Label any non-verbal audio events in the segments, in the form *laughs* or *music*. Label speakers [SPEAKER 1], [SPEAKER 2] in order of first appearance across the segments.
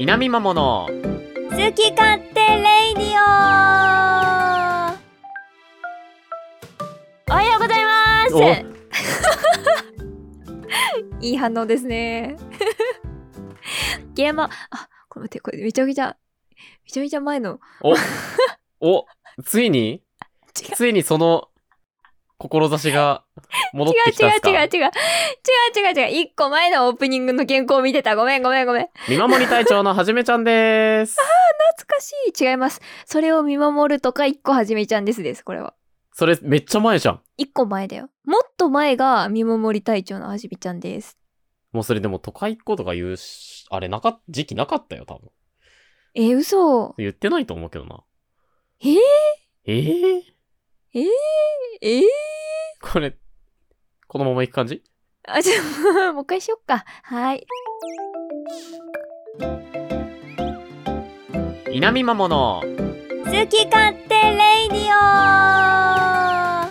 [SPEAKER 1] 南桃の
[SPEAKER 2] 好き勝手レイディオおはようございます *laughs* いい反応ですね *laughs* ゲーマーあこれ待ってこれめちゃめちゃめちゃめちゃ前の
[SPEAKER 1] お *laughs* おおついに
[SPEAKER 2] 違う
[SPEAKER 1] ついにその志が戻ってきたんすか
[SPEAKER 2] 違う違う違う違う違う違う違う一個前のオープニングの原稿を見てたごめんごめんごめん
[SPEAKER 1] 見守り隊長のはじめちゃんです
[SPEAKER 2] 懐かしい違いますそれを見守るとか一個はじめちゃんですですこれは
[SPEAKER 1] それめっちゃ前じゃん
[SPEAKER 2] 一個前だよもっと前が見守り隊長のはじめちゃんです
[SPEAKER 1] もうそれでも都会っ子とか言うしあれなかっ時期なかったよ多分
[SPEAKER 2] えー、嘘。
[SPEAKER 1] 言ってないと思うけどな
[SPEAKER 2] えー、
[SPEAKER 1] えー、
[SPEAKER 2] えー、
[SPEAKER 1] これこのままいく感じ
[SPEAKER 2] あ、 *laughs* ちょ、もう一回しよっか。はい。
[SPEAKER 1] 南桃の
[SPEAKER 2] 好き勝手レイディ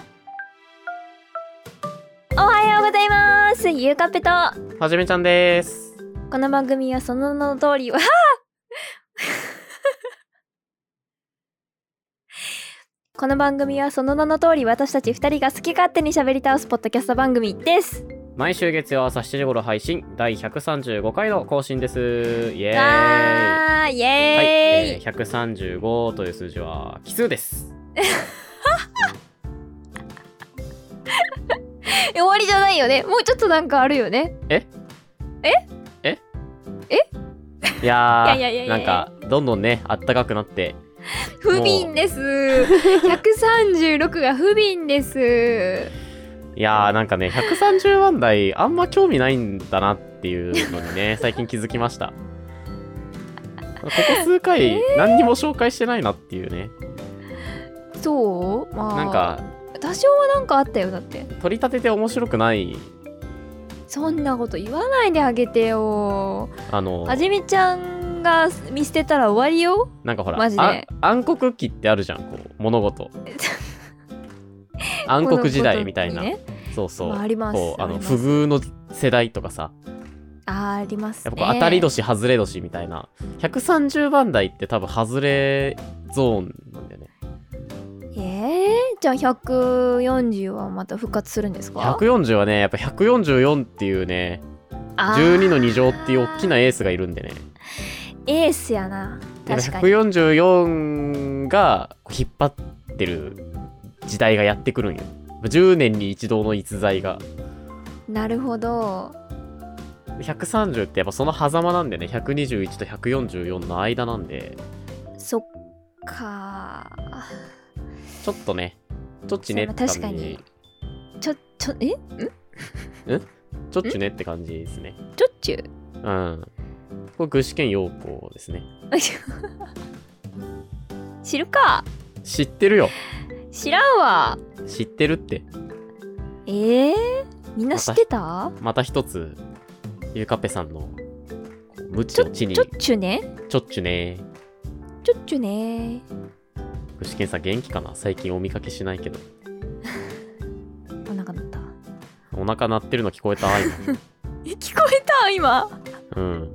[SPEAKER 2] オおはようございます。ゆうかぺと。
[SPEAKER 1] はじめちゃんです
[SPEAKER 2] この番組はその名の通り、わあ *laughs* この番組はその名の通り私たち2人が好き勝手に喋り倒すポッドキャスト番組です。
[SPEAKER 1] 毎週月曜朝7時頃配信第135回の更新ですイエーイ
[SPEAKER 2] わ
[SPEAKER 1] は
[SPEAKER 2] ーイエー
[SPEAKER 1] い、
[SPEAKER 2] イ、
[SPEAKER 1] えー、135という数字は奇数
[SPEAKER 2] *laughs*
[SPEAKER 1] です
[SPEAKER 2] え終わりじゃないよねもうちょっとなんかあるよね
[SPEAKER 1] いやー
[SPEAKER 2] いやいやいや
[SPEAKER 1] ないん
[SPEAKER 2] や
[SPEAKER 1] かどんどんねあったかくなって
[SPEAKER 2] 不憫です136が不憫です
[SPEAKER 1] いやーなんかね130万台あんま興味ないんだなっていうのに
[SPEAKER 2] *laughs*
[SPEAKER 1] ね最近気づきましたここ数回何にも紹介してないなっていうね、
[SPEAKER 2] そうまあ
[SPEAKER 1] なんか
[SPEAKER 2] 多少はなんかあったよだって
[SPEAKER 1] 取り立てて面白くない
[SPEAKER 2] そんなこと言わないであげてよ
[SPEAKER 1] あの
[SPEAKER 2] はじめちゃんが見捨てたら終わりよ
[SPEAKER 1] なんかほら
[SPEAKER 2] マジで
[SPEAKER 1] あ暗黒期ってあるじゃんこう物
[SPEAKER 2] *laughs*
[SPEAKER 1] 事暗黒時代みたいな、
[SPEAKER 2] このことにね
[SPEAKER 1] そうそう、
[SPEAKER 2] まああります
[SPEAKER 1] こうあ
[SPEAKER 2] あ
[SPEAKER 1] の
[SPEAKER 2] りま
[SPEAKER 1] 不
[SPEAKER 2] す
[SPEAKER 1] 遇の世代とかさ
[SPEAKER 2] あーあります
[SPEAKER 1] や
[SPEAKER 2] ね
[SPEAKER 1] っぱこう当たり年外れ年みたいな130番台って多分外れゾーンなんだよね
[SPEAKER 2] えー、じゃあ140はまた復活するんですか
[SPEAKER 1] 140はねやっぱ144っていうね
[SPEAKER 2] あー
[SPEAKER 1] 12の2乗っていう大きなエースがいるんでね
[SPEAKER 2] エースやな
[SPEAKER 1] やっ
[SPEAKER 2] 確
[SPEAKER 1] ぱ
[SPEAKER 2] かに
[SPEAKER 1] 144がこう引っ張ってる時代がやってくるんよ10年に一度の逸材が
[SPEAKER 2] なるほど
[SPEAKER 1] 130ってやっぱその狭間なんでね121と144の間なんで
[SPEAKER 2] そっかー
[SPEAKER 1] ちょっとねちょっちねって感じ
[SPEAKER 2] 確かにちょちょえ
[SPEAKER 1] ちょっちねって感じですね
[SPEAKER 2] ちょっちゅう *laughs*
[SPEAKER 1] うん。これ、具志堅用高ですね。
[SPEAKER 2] 知るか
[SPEAKER 1] 知ってるよ。
[SPEAKER 2] 知らんわ
[SPEAKER 1] 知ってるって。
[SPEAKER 2] えー、みんな知ってた
[SPEAKER 1] また一つ、ゆかぺさんの、こう無知
[SPEAKER 2] ち
[SPEAKER 1] を
[SPEAKER 2] ょ
[SPEAKER 1] 地に、
[SPEAKER 2] ちょっちゅね
[SPEAKER 1] ちょっちゅね。
[SPEAKER 2] ちょっちゅね
[SPEAKER 1] 具志堅さん元気かな最近お見かけしないけど。
[SPEAKER 2] お腹鳴った
[SPEAKER 1] お腹鳴ってるの聞こえた今。
[SPEAKER 2] え聞こえた今
[SPEAKER 1] うん。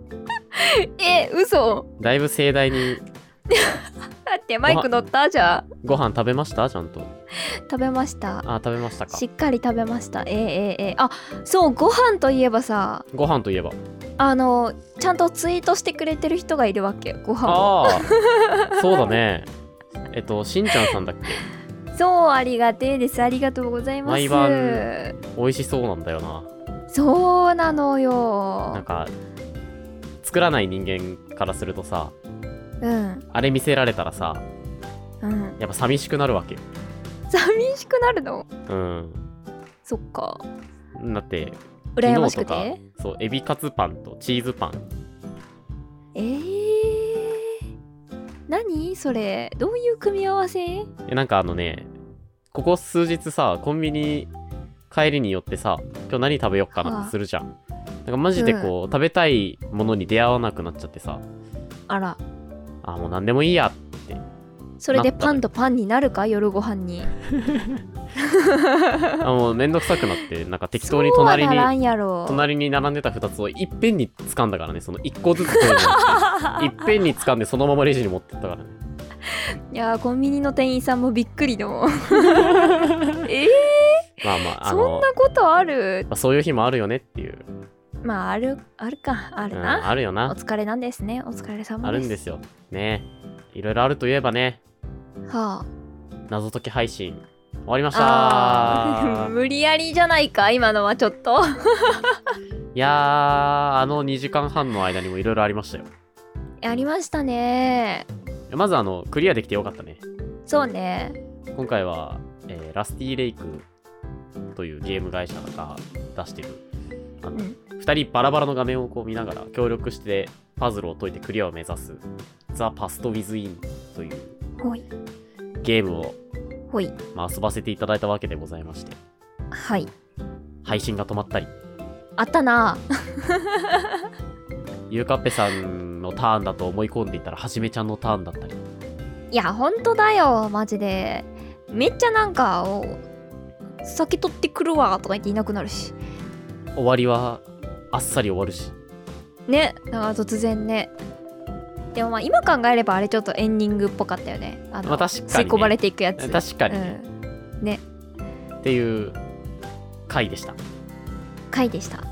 [SPEAKER 2] え嘘
[SPEAKER 1] だいぶ盛大に、
[SPEAKER 2] だってマイク乗ったじゃあ
[SPEAKER 1] ご飯食べましたちゃんと。
[SPEAKER 2] 食べました
[SPEAKER 1] あ、食べましたか
[SPEAKER 2] し。っかり食べましたえー、えー、えー、あそうご飯といえばさ
[SPEAKER 1] ご飯といえば。
[SPEAKER 2] あのちゃんとツイートしてくれてる人がいるわけご飯を
[SPEAKER 1] ああ、そうだね。えっと、しんちゃんさんだっけ
[SPEAKER 2] そうありがてえですありがとうございます
[SPEAKER 1] 毎晩美味しそうなんだよな。
[SPEAKER 2] そうなの
[SPEAKER 1] なん
[SPEAKER 2] よ
[SPEAKER 1] か作らない人間からするとさ
[SPEAKER 2] うん
[SPEAKER 1] あれ見せられたらさ
[SPEAKER 2] うん
[SPEAKER 1] やっぱ寂しくなるわけよ
[SPEAKER 2] 寂しくなるの
[SPEAKER 1] うん
[SPEAKER 2] そっか
[SPEAKER 1] だって
[SPEAKER 2] 羨まし
[SPEAKER 1] 昨
[SPEAKER 2] く
[SPEAKER 1] 日とか
[SPEAKER 2] て
[SPEAKER 1] そうエビカツパンとチーズパン
[SPEAKER 2] えー、何それどういう組み合わせ
[SPEAKER 1] えなんかあのねここ数日さコンビニ帰りによってさ今日何食べようかなっ
[SPEAKER 2] は
[SPEAKER 1] て
[SPEAKER 2] あ
[SPEAKER 1] するじゃんなんかマジでこう、食べたいものに出会わなくなっちゃってさ
[SPEAKER 2] あら
[SPEAKER 1] あもう何でもいいや
[SPEAKER 2] それで
[SPEAKER 1] なった
[SPEAKER 2] パンとパンになるか夜ご飯に
[SPEAKER 1] あもうめんどくさくなってなんか適当に隣
[SPEAKER 2] そうはなら
[SPEAKER 1] に
[SPEAKER 2] んやろ *laughs*
[SPEAKER 1] 隣に並んでた2つをいっぺんに掴んだからねその1個ずつ取るのいっぺんに掴んでそのままレジに持ってったからね
[SPEAKER 2] いやーコンビニの店員さんもびっくり
[SPEAKER 1] *laughs*
[SPEAKER 2] のえー、
[SPEAKER 1] まあまああ
[SPEAKER 2] そん
[SPEAKER 1] の
[SPEAKER 2] なことある
[SPEAKER 1] まあそういう日もあるよねっていう、
[SPEAKER 2] まああるあるかあ
[SPEAKER 1] う
[SPEAKER 2] る
[SPEAKER 1] ん、
[SPEAKER 2] な、
[SPEAKER 1] あるよ
[SPEAKER 2] お
[SPEAKER 1] な
[SPEAKER 2] 疲れなんですねお疲れ様です
[SPEAKER 1] あるんですよねいろいろあるといえばね
[SPEAKER 2] は
[SPEAKER 1] 謎解き配信終わりま
[SPEAKER 2] あ
[SPEAKER 1] した
[SPEAKER 2] あー *laughs* 無理やりじゃないか今のはちょ
[SPEAKER 1] *laughs*
[SPEAKER 2] っと
[SPEAKER 1] いやーあの2時間半の間にもいろいろありましたよ
[SPEAKER 2] やりましたね
[SPEAKER 1] まずあのクリアできてよかったね
[SPEAKER 2] そうね
[SPEAKER 1] 今回は、えーラスティレイクというゲーム会社が出してるあの、
[SPEAKER 2] うん
[SPEAKER 1] 2人バラバラの画面をこう見ながら協力してパズルを解いてクリアを目指す「ザ・パスト・ウィズ・イン」という
[SPEAKER 2] ほい
[SPEAKER 1] ゲームを、
[SPEAKER 2] ほい
[SPEAKER 1] まあ、遊ばせていただいたわけでございまして
[SPEAKER 2] はい
[SPEAKER 1] 配信が止まったり
[SPEAKER 2] あったな
[SPEAKER 1] ゆうかっぺさんのターンだと思い込んでいたらはじめちゃんのターンだったり
[SPEAKER 2] いやほんとだよマジでめっちゃなんかお酒取ってくるわとか言っていなくなるし
[SPEAKER 1] 終わりはあっさり終わるし
[SPEAKER 2] ねなんか突然ねでもまあ今考えればあれちょっとエンディングっぽかったよねあの
[SPEAKER 1] まあ確かにね
[SPEAKER 2] 吸い込まれていくやつ
[SPEAKER 1] 確かにね、
[SPEAKER 2] うん、
[SPEAKER 1] っていう回でした
[SPEAKER 2] 回でした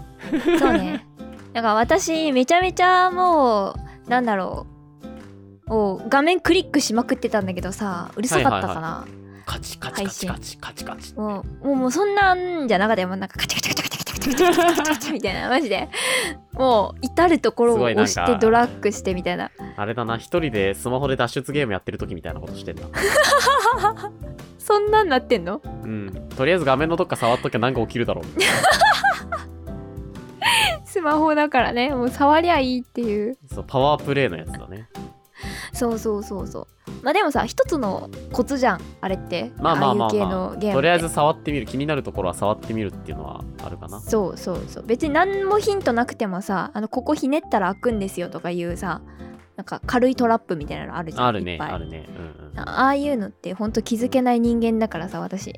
[SPEAKER 2] そうねなんか私めちゃめちゃもうなんだろうお画面クリックしまくってたんだけどさうるさかったかな、
[SPEAKER 1] カチカチカチカチカチカチ
[SPEAKER 2] もうもうもうそんなんじゃなかったよもうなんかカチカチカチカチカチカチカチカチカチカチみたいなマジでもう至る所を
[SPEAKER 1] すごいなんか
[SPEAKER 2] 押してドラッグしてみたいな
[SPEAKER 1] あれだな、一人でスマホで脱出ゲームやってる時みたいなことしてんな。
[SPEAKER 2] そんなんなってんの
[SPEAKER 1] うん。とりあえず画面のどっか触っときゃなんか起きるだろうみたい
[SPEAKER 2] スマホだからねもう触りゃいいっていう
[SPEAKER 1] な。そう、パワープレイのやつだね。
[SPEAKER 2] そうそうそうそうまあでもさ一つのコツじゃんあれって
[SPEAKER 1] まあまあまあまあ
[SPEAKER 2] あいう系のゲームって
[SPEAKER 1] とりあえず触ってみる、気になるところは触ってみるっていうのはあるかな。
[SPEAKER 2] そうそうそう別に何もヒントなくてもさあのここひねったら開くんですよとかいうさなんか軽いトラップみたいなのあるじゃん
[SPEAKER 1] ある
[SPEAKER 2] い
[SPEAKER 1] ね
[SPEAKER 2] っ、ぱい
[SPEAKER 1] あるね。うん
[SPEAKER 2] あああいうのってほんと気づけない人間だからさ私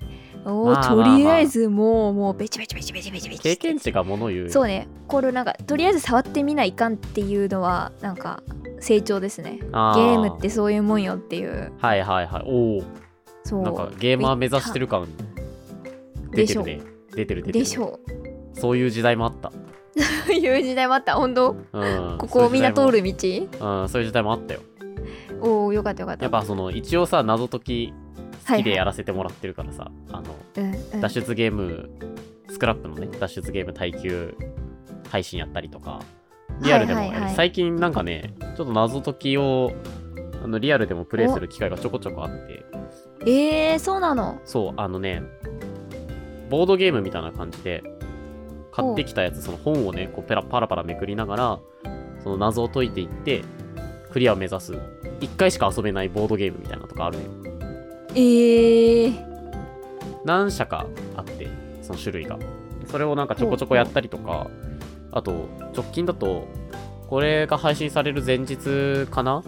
[SPEAKER 2] おお、
[SPEAKER 1] まあ
[SPEAKER 2] と
[SPEAKER 1] まあまあ
[SPEAKER 2] りあえずもうもうベチベチベチベチベチベチ
[SPEAKER 1] 経験値が物を言う。。
[SPEAKER 2] そううねこれなんかとりあえず触ってみないかんっていうのはなんか成長ですね
[SPEAKER 1] ゲ
[SPEAKER 2] ゲームっ。てそういうもんよっていう
[SPEAKER 1] はいはいはい。お
[SPEAKER 2] そ
[SPEAKER 1] お。
[SPEAKER 2] う
[SPEAKER 1] なんかゲーマー目指してる感出
[SPEAKER 2] で
[SPEAKER 1] て
[SPEAKER 2] し
[SPEAKER 1] る
[SPEAKER 2] ょ
[SPEAKER 1] ね。出てる出てる。
[SPEAKER 2] でしょ *laughs* う
[SPEAKER 1] そういう時代もあった。
[SPEAKER 2] という時代もあった本当
[SPEAKER 1] うん。
[SPEAKER 2] こ
[SPEAKER 1] そういう
[SPEAKER 2] こ
[SPEAKER 1] 時
[SPEAKER 2] みん
[SPEAKER 1] 代
[SPEAKER 2] な
[SPEAKER 1] も
[SPEAKER 2] 通。る道
[SPEAKER 1] うん、そういう時代もあったよ。
[SPEAKER 2] おおよかったよかった
[SPEAKER 1] やっぱその、一応さ、謎解き好きでや
[SPEAKER 2] ら
[SPEAKER 1] らせてもらってるからさ、あの、
[SPEAKER 2] うんうん
[SPEAKER 1] 脱出ゲーム、スクラップのね、脱出ゲーム耐久配信やったりとか、リアルでもやる、
[SPEAKER 2] はいはいはい
[SPEAKER 1] 最近なんかね、ちょっと謎解きを、あのリアルでもプレイする機会がちょこちょこあって、
[SPEAKER 2] えー、そうなの
[SPEAKER 1] そう、あのね、ボードゲームみたいな感じで、買ってきたやつ、その本をね、こうペラパラパラめくりながら、その謎を解いていって、クリアを目指す、1回しか遊べないボードゲームみたいなのとかあるのよ。
[SPEAKER 2] えー、
[SPEAKER 1] 何社かあってその種類がそれをなんかちょこちょこやったりとかあと直近だとこれが配信される前日かな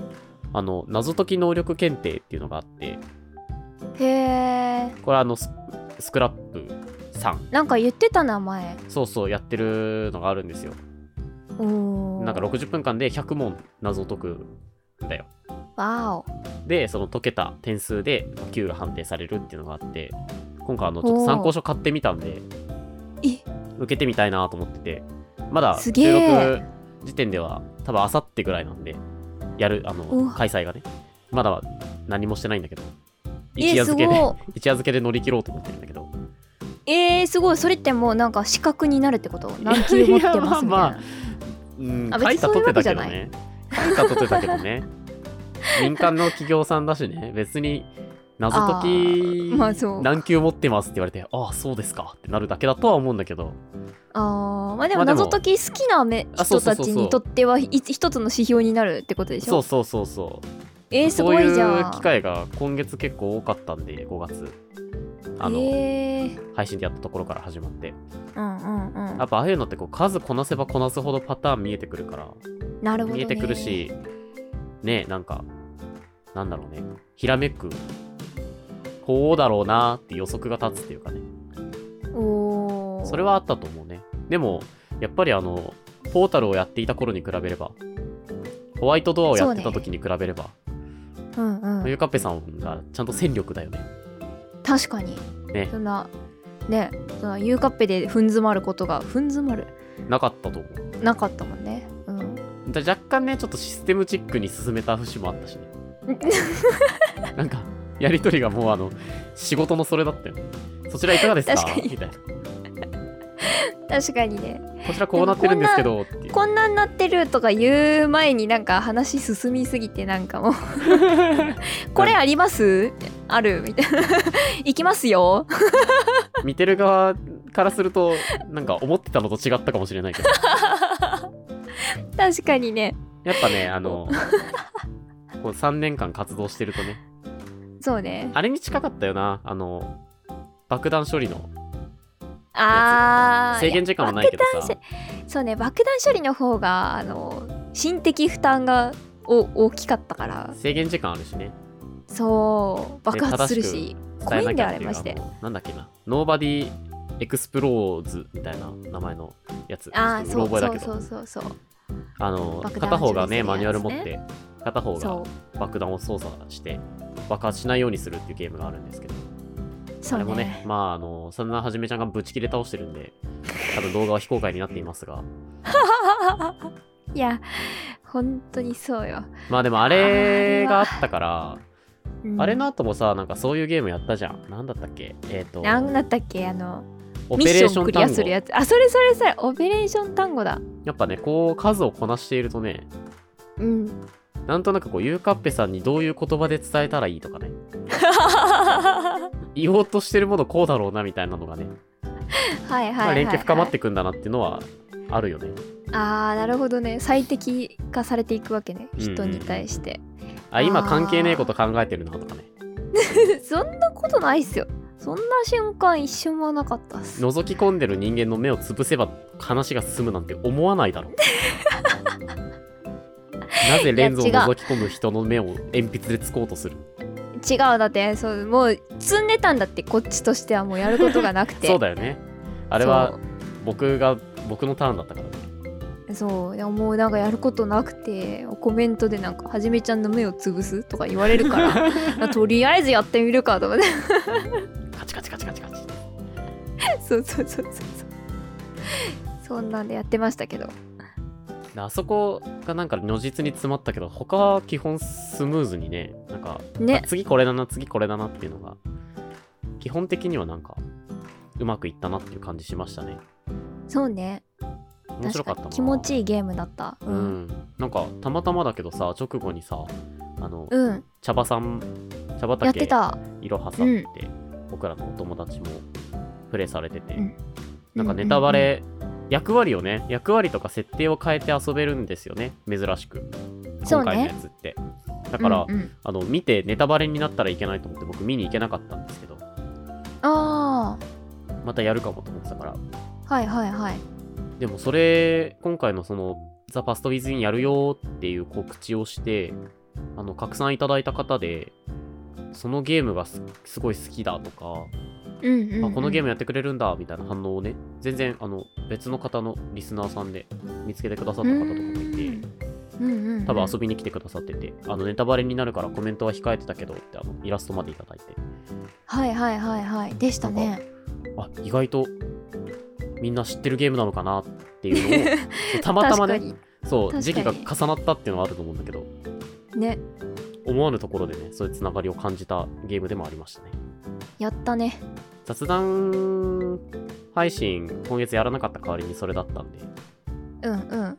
[SPEAKER 1] あの謎解き能力検定っていうのがあって
[SPEAKER 2] へえ
[SPEAKER 1] これあのススクラップさん
[SPEAKER 2] なんか言ってた名前
[SPEAKER 1] そうそうやってるのがあるんですよ
[SPEAKER 2] おお
[SPEAKER 1] なんか60分間で100問謎を解くんだよ
[SPEAKER 2] わお
[SPEAKER 1] でその解けた点数で9が判定されるっていうのがあって今回あのちょっと参考書買ってみたんで
[SPEAKER 2] え
[SPEAKER 1] 受けてみたいなと思っててまだ
[SPEAKER 2] す
[SPEAKER 1] 収
[SPEAKER 2] げえ
[SPEAKER 1] 録時点では多分あさってぐらいなんでやるあ
[SPEAKER 2] う
[SPEAKER 1] の
[SPEAKER 2] わ
[SPEAKER 1] 開催がねまだ何もしてないんだけど一
[SPEAKER 2] え
[SPEAKER 1] 夜
[SPEAKER 2] す
[SPEAKER 1] 漬けで
[SPEAKER 2] ご
[SPEAKER 1] *laughs* 一夜漬けで乗り切ろうと思ってるんだけど
[SPEAKER 2] いえー、すごいそれってもうなんか資格になるってこと何級
[SPEAKER 1] *laughs*
[SPEAKER 2] 持ってま
[SPEAKER 1] ま
[SPEAKER 2] すみたい
[SPEAKER 1] あ
[SPEAKER 2] な
[SPEAKER 1] まあうん
[SPEAKER 2] あ別
[SPEAKER 1] 書
[SPEAKER 2] に
[SPEAKER 1] いたとてたけど
[SPEAKER 2] そうい
[SPEAKER 1] ね書いたとてたけどね民間の企業さんだしね別に謎解き
[SPEAKER 2] あーまあそう
[SPEAKER 1] 何級持ってますって言われてああそうですかってなるだけだとは思うんだけど
[SPEAKER 2] あーまあで
[SPEAKER 1] まあ
[SPEAKER 2] も
[SPEAKER 1] でも
[SPEAKER 2] 謎解き好きなめ
[SPEAKER 1] あそうそ
[SPEAKER 2] 人
[SPEAKER 1] うそ
[SPEAKER 2] た
[SPEAKER 1] うそう
[SPEAKER 2] ちにとってはい一つの指標になるってことでし
[SPEAKER 1] そ
[SPEAKER 2] ょ
[SPEAKER 1] うそうそうそう
[SPEAKER 2] えー、すごいじ
[SPEAKER 1] そうい
[SPEAKER 2] ゃ
[SPEAKER 1] うん機会が今月結構多かったんで5月あの、
[SPEAKER 2] えー、
[SPEAKER 1] 配信でやったところから始まって
[SPEAKER 2] うんうんう
[SPEAKER 1] やっぱああいうのってこう数こなせばこなすほどパターン見えてくるから
[SPEAKER 2] んなるほど、
[SPEAKER 1] 見
[SPEAKER 2] ね、
[SPEAKER 1] えてくるしねなんかなんだろうね、ひらめく、こうだろうなーって予測が立つっていうかね、
[SPEAKER 2] おー
[SPEAKER 1] それはあったと思うね。でも、やっぱりあの、ポータルをやっていた頃に比べれば、ホワイトドアをやってた時に比べれば、
[SPEAKER 2] うんう
[SPEAKER 1] ゆ
[SPEAKER 2] ん
[SPEAKER 1] かっぺさんがちゃんと戦力だよね。
[SPEAKER 2] 確かに
[SPEAKER 1] ね
[SPEAKER 2] そ、んなねそんなゆうかっぺで踏ん詰まることが踏ん詰まる
[SPEAKER 1] なかったと思う。
[SPEAKER 2] なかったもんねうん
[SPEAKER 1] だ若干ね、ちょっとシステムチックに進めた節もあったし *laughs* ね。なんか、やりとりがもうあの、仕事のそれだったよね。そちらいかがですか
[SPEAKER 2] 確かに
[SPEAKER 1] みたいな。
[SPEAKER 2] 確かにね
[SPEAKER 1] こちらこうなってるんですけど、っていう。
[SPEAKER 2] こんなんなってるとか言う前になんか話進みすぎてなん
[SPEAKER 1] *laughs*
[SPEAKER 2] かもうこれありますあるみたいな *laughs* 行きますよ
[SPEAKER 1] 見てる側からすると、なんか思ってたのと違ったかもしれないけど。
[SPEAKER 2] *laughs* 確かにね
[SPEAKER 1] やっぱね、あの、こう3年間活動してるとね、
[SPEAKER 2] そうね
[SPEAKER 1] あれに近かったよな、あの、爆弾処理の
[SPEAKER 2] あー
[SPEAKER 1] 制限時間はないけど
[SPEAKER 2] 爆
[SPEAKER 1] さ
[SPEAKER 2] 弾、そうね爆弾処理の方があの心的負担がお大きかったから
[SPEAKER 1] 制限時間あるしね、
[SPEAKER 2] そう爆発するし怖
[SPEAKER 1] 伝え
[SPEAKER 2] いん
[SPEAKER 1] なき
[SPEAKER 2] だ
[SPEAKER 1] ゃ
[SPEAKER 2] よ
[SPEAKER 1] っ
[SPEAKER 2] あ
[SPEAKER 1] ていう
[SPEAKER 2] れマジで
[SPEAKER 1] あのなんだっけな、ノーバディエクスプローズみたいな名前のやつ、
[SPEAKER 2] ああ
[SPEAKER 1] ちょ
[SPEAKER 2] そ
[SPEAKER 1] っ
[SPEAKER 2] う
[SPEAKER 1] とうろ覚え
[SPEAKER 2] そう
[SPEAKER 1] だけど
[SPEAKER 2] そうそうそう
[SPEAKER 1] あの
[SPEAKER 2] 爆弾
[SPEAKER 1] 片方がね
[SPEAKER 2] 処理するやつね
[SPEAKER 1] マニュアル持って片方が
[SPEAKER 2] そ
[SPEAKER 1] 爆弾を操作して爆発しないようにするっていうゲームがあるんですけど、
[SPEAKER 2] う
[SPEAKER 1] あ
[SPEAKER 2] そ
[SPEAKER 1] れ
[SPEAKER 2] う
[SPEAKER 1] もね
[SPEAKER 2] ね
[SPEAKER 1] まああのそんなはじめちゃんがぶち切れ倒してるんで多分動画は非公開になっていますが
[SPEAKER 2] いや本当にそうよ、
[SPEAKER 1] まあでもあれがあったから
[SPEAKER 2] うん
[SPEAKER 1] あれの後もさなんかそういうゲームやったじゃんなんだったっけえっ、と
[SPEAKER 2] なんだったっけあの
[SPEAKER 1] オ
[SPEAKER 2] ミ
[SPEAKER 1] ペ
[SPEAKER 2] ッ
[SPEAKER 1] レ
[SPEAKER 2] シ
[SPEAKER 1] ーシ
[SPEAKER 2] ョ
[SPEAKER 1] ョ
[SPEAKER 2] ン
[SPEAKER 1] ン
[SPEAKER 2] クリア
[SPEAKER 1] 単
[SPEAKER 2] す
[SPEAKER 1] 語
[SPEAKER 2] る
[SPEAKER 1] や
[SPEAKER 2] やつあそれそれそれオペレーション単語だ
[SPEAKER 1] っぱねこう数をこなしているとね
[SPEAKER 2] *laughs* うん
[SPEAKER 1] なんとなくこうゆうかっぺさんにどういう言葉で伝えたらいいとかね言おうとしてるものこうだろうなみたいなのがね、
[SPEAKER 2] はいはいはい、はい
[SPEAKER 1] まあ、連携深まってくんだなっていうのはあるよね、
[SPEAKER 2] あーなるほどね最適化されていくわけね
[SPEAKER 1] うんうん
[SPEAKER 2] 人に対して、 *laughs*
[SPEAKER 1] あ今関係ねえこと考えてるなとかね
[SPEAKER 2] そんなことないっすよそんな瞬間一瞬もなかったっす
[SPEAKER 1] 覗き込んでる人間の目を潰せば話が進むなんて思わないだろうなぜレンズを
[SPEAKER 2] いや違う
[SPEAKER 1] 覗き込む人の目を鉛筆でつこうとする
[SPEAKER 2] 違うだってそうもう積んでたんだってこっちとしてはもうやることがなくて
[SPEAKER 1] *laughs* そうだよねあれは僕が僕のターンだったからね
[SPEAKER 2] そうそうでももうなんかやることなくてコメントでなんか「はじめちゃんの目を潰す?」とか言われるから
[SPEAKER 1] *laughs*
[SPEAKER 2] まあとりあえずやってみるかと思って
[SPEAKER 1] カチカチカチカチカチ
[SPEAKER 2] *laughs* そうそうそうそうそうそんなんでやってましたけど
[SPEAKER 1] であそこがなんか如実に詰まったけど他は基本スムーズにねなんか
[SPEAKER 2] ね
[SPEAKER 1] あ次これだな次これだなっていうのが基本的にはなんかうまくいったなっていう感じしましたね
[SPEAKER 2] そうね
[SPEAKER 1] 面白かったな
[SPEAKER 2] 確に気持ちいいゲームだった
[SPEAKER 1] うん、なんかたまたまだけどさ直後にさあの、
[SPEAKER 2] うん、
[SPEAKER 1] 茶葉さん茶
[SPEAKER 2] やって
[SPEAKER 1] 畑
[SPEAKER 2] た
[SPEAKER 1] いろはさんって、僕らのお友達もプレイされてて、
[SPEAKER 2] うん
[SPEAKER 1] なんかネタバレ、役割をね役割とか設定を変えて遊べるんですよね珍しく
[SPEAKER 2] そ
[SPEAKER 1] 今
[SPEAKER 2] うね
[SPEAKER 1] 回のやつって、だから、
[SPEAKER 2] うんうん
[SPEAKER 1] あの見てネタバレになったらいけないと思って僕見に行けなかったんですけど
[SPEAKER 2] あ
[SPEAKER 1] またやるかもと思ってたから
[SPEAKER 2] あはいはいはい
[SPEAKER 1] でもそれ今回のその「ザ・パスト・ウィズ・イン」やるよっていう告知をしてあの拡散いただいた方でそのゲームがすすごい好きだとか
[SPEAKER 2] うんうんうん、
[SPEAKER 1] あこのゲームやってくれるんだみたいな反応をね全然あの別の方のリスナーさんで見つけてくださった方とかもいて
[SPEAKER 2] うんうんうん
[SPEAKER 1] 多分遊びに来てくださっててあのネタバレになるからコメントは控えてたけどってあのイラストまでいただいて
[SPEAKER 2] はいはいはいはいでした
[SPEAKER 1] なん
[SPEAKER 2] ね
[SPEAKER 1] あ意外とみんな知ってるゲームなのかなっていう
[SPEAKER 2] *laughs*
[SPEAKER 1] のをそうたまたま
[SPEAKER 2] 確
[SPEAKER 1] ね
[SPEAKER 2] か
[SPEAKER 1] そ
[SPEAKER 2] 確
[SPEAKER 1] う
[SPEAKER 2] かに
[SPEAKER 1] 時期が重なったっていうのはあると思うんだけど
[SPEAKER 2] にね
[SPEAKER 1] 思わぬところでねそういうつながりを感じたゲームでもありましたね
[SPEAKER 2] やったね
[SPEAKER 1] 雑談配信今月やらなかった代わりにそれだったんで
[SPEAKER 2] うんうん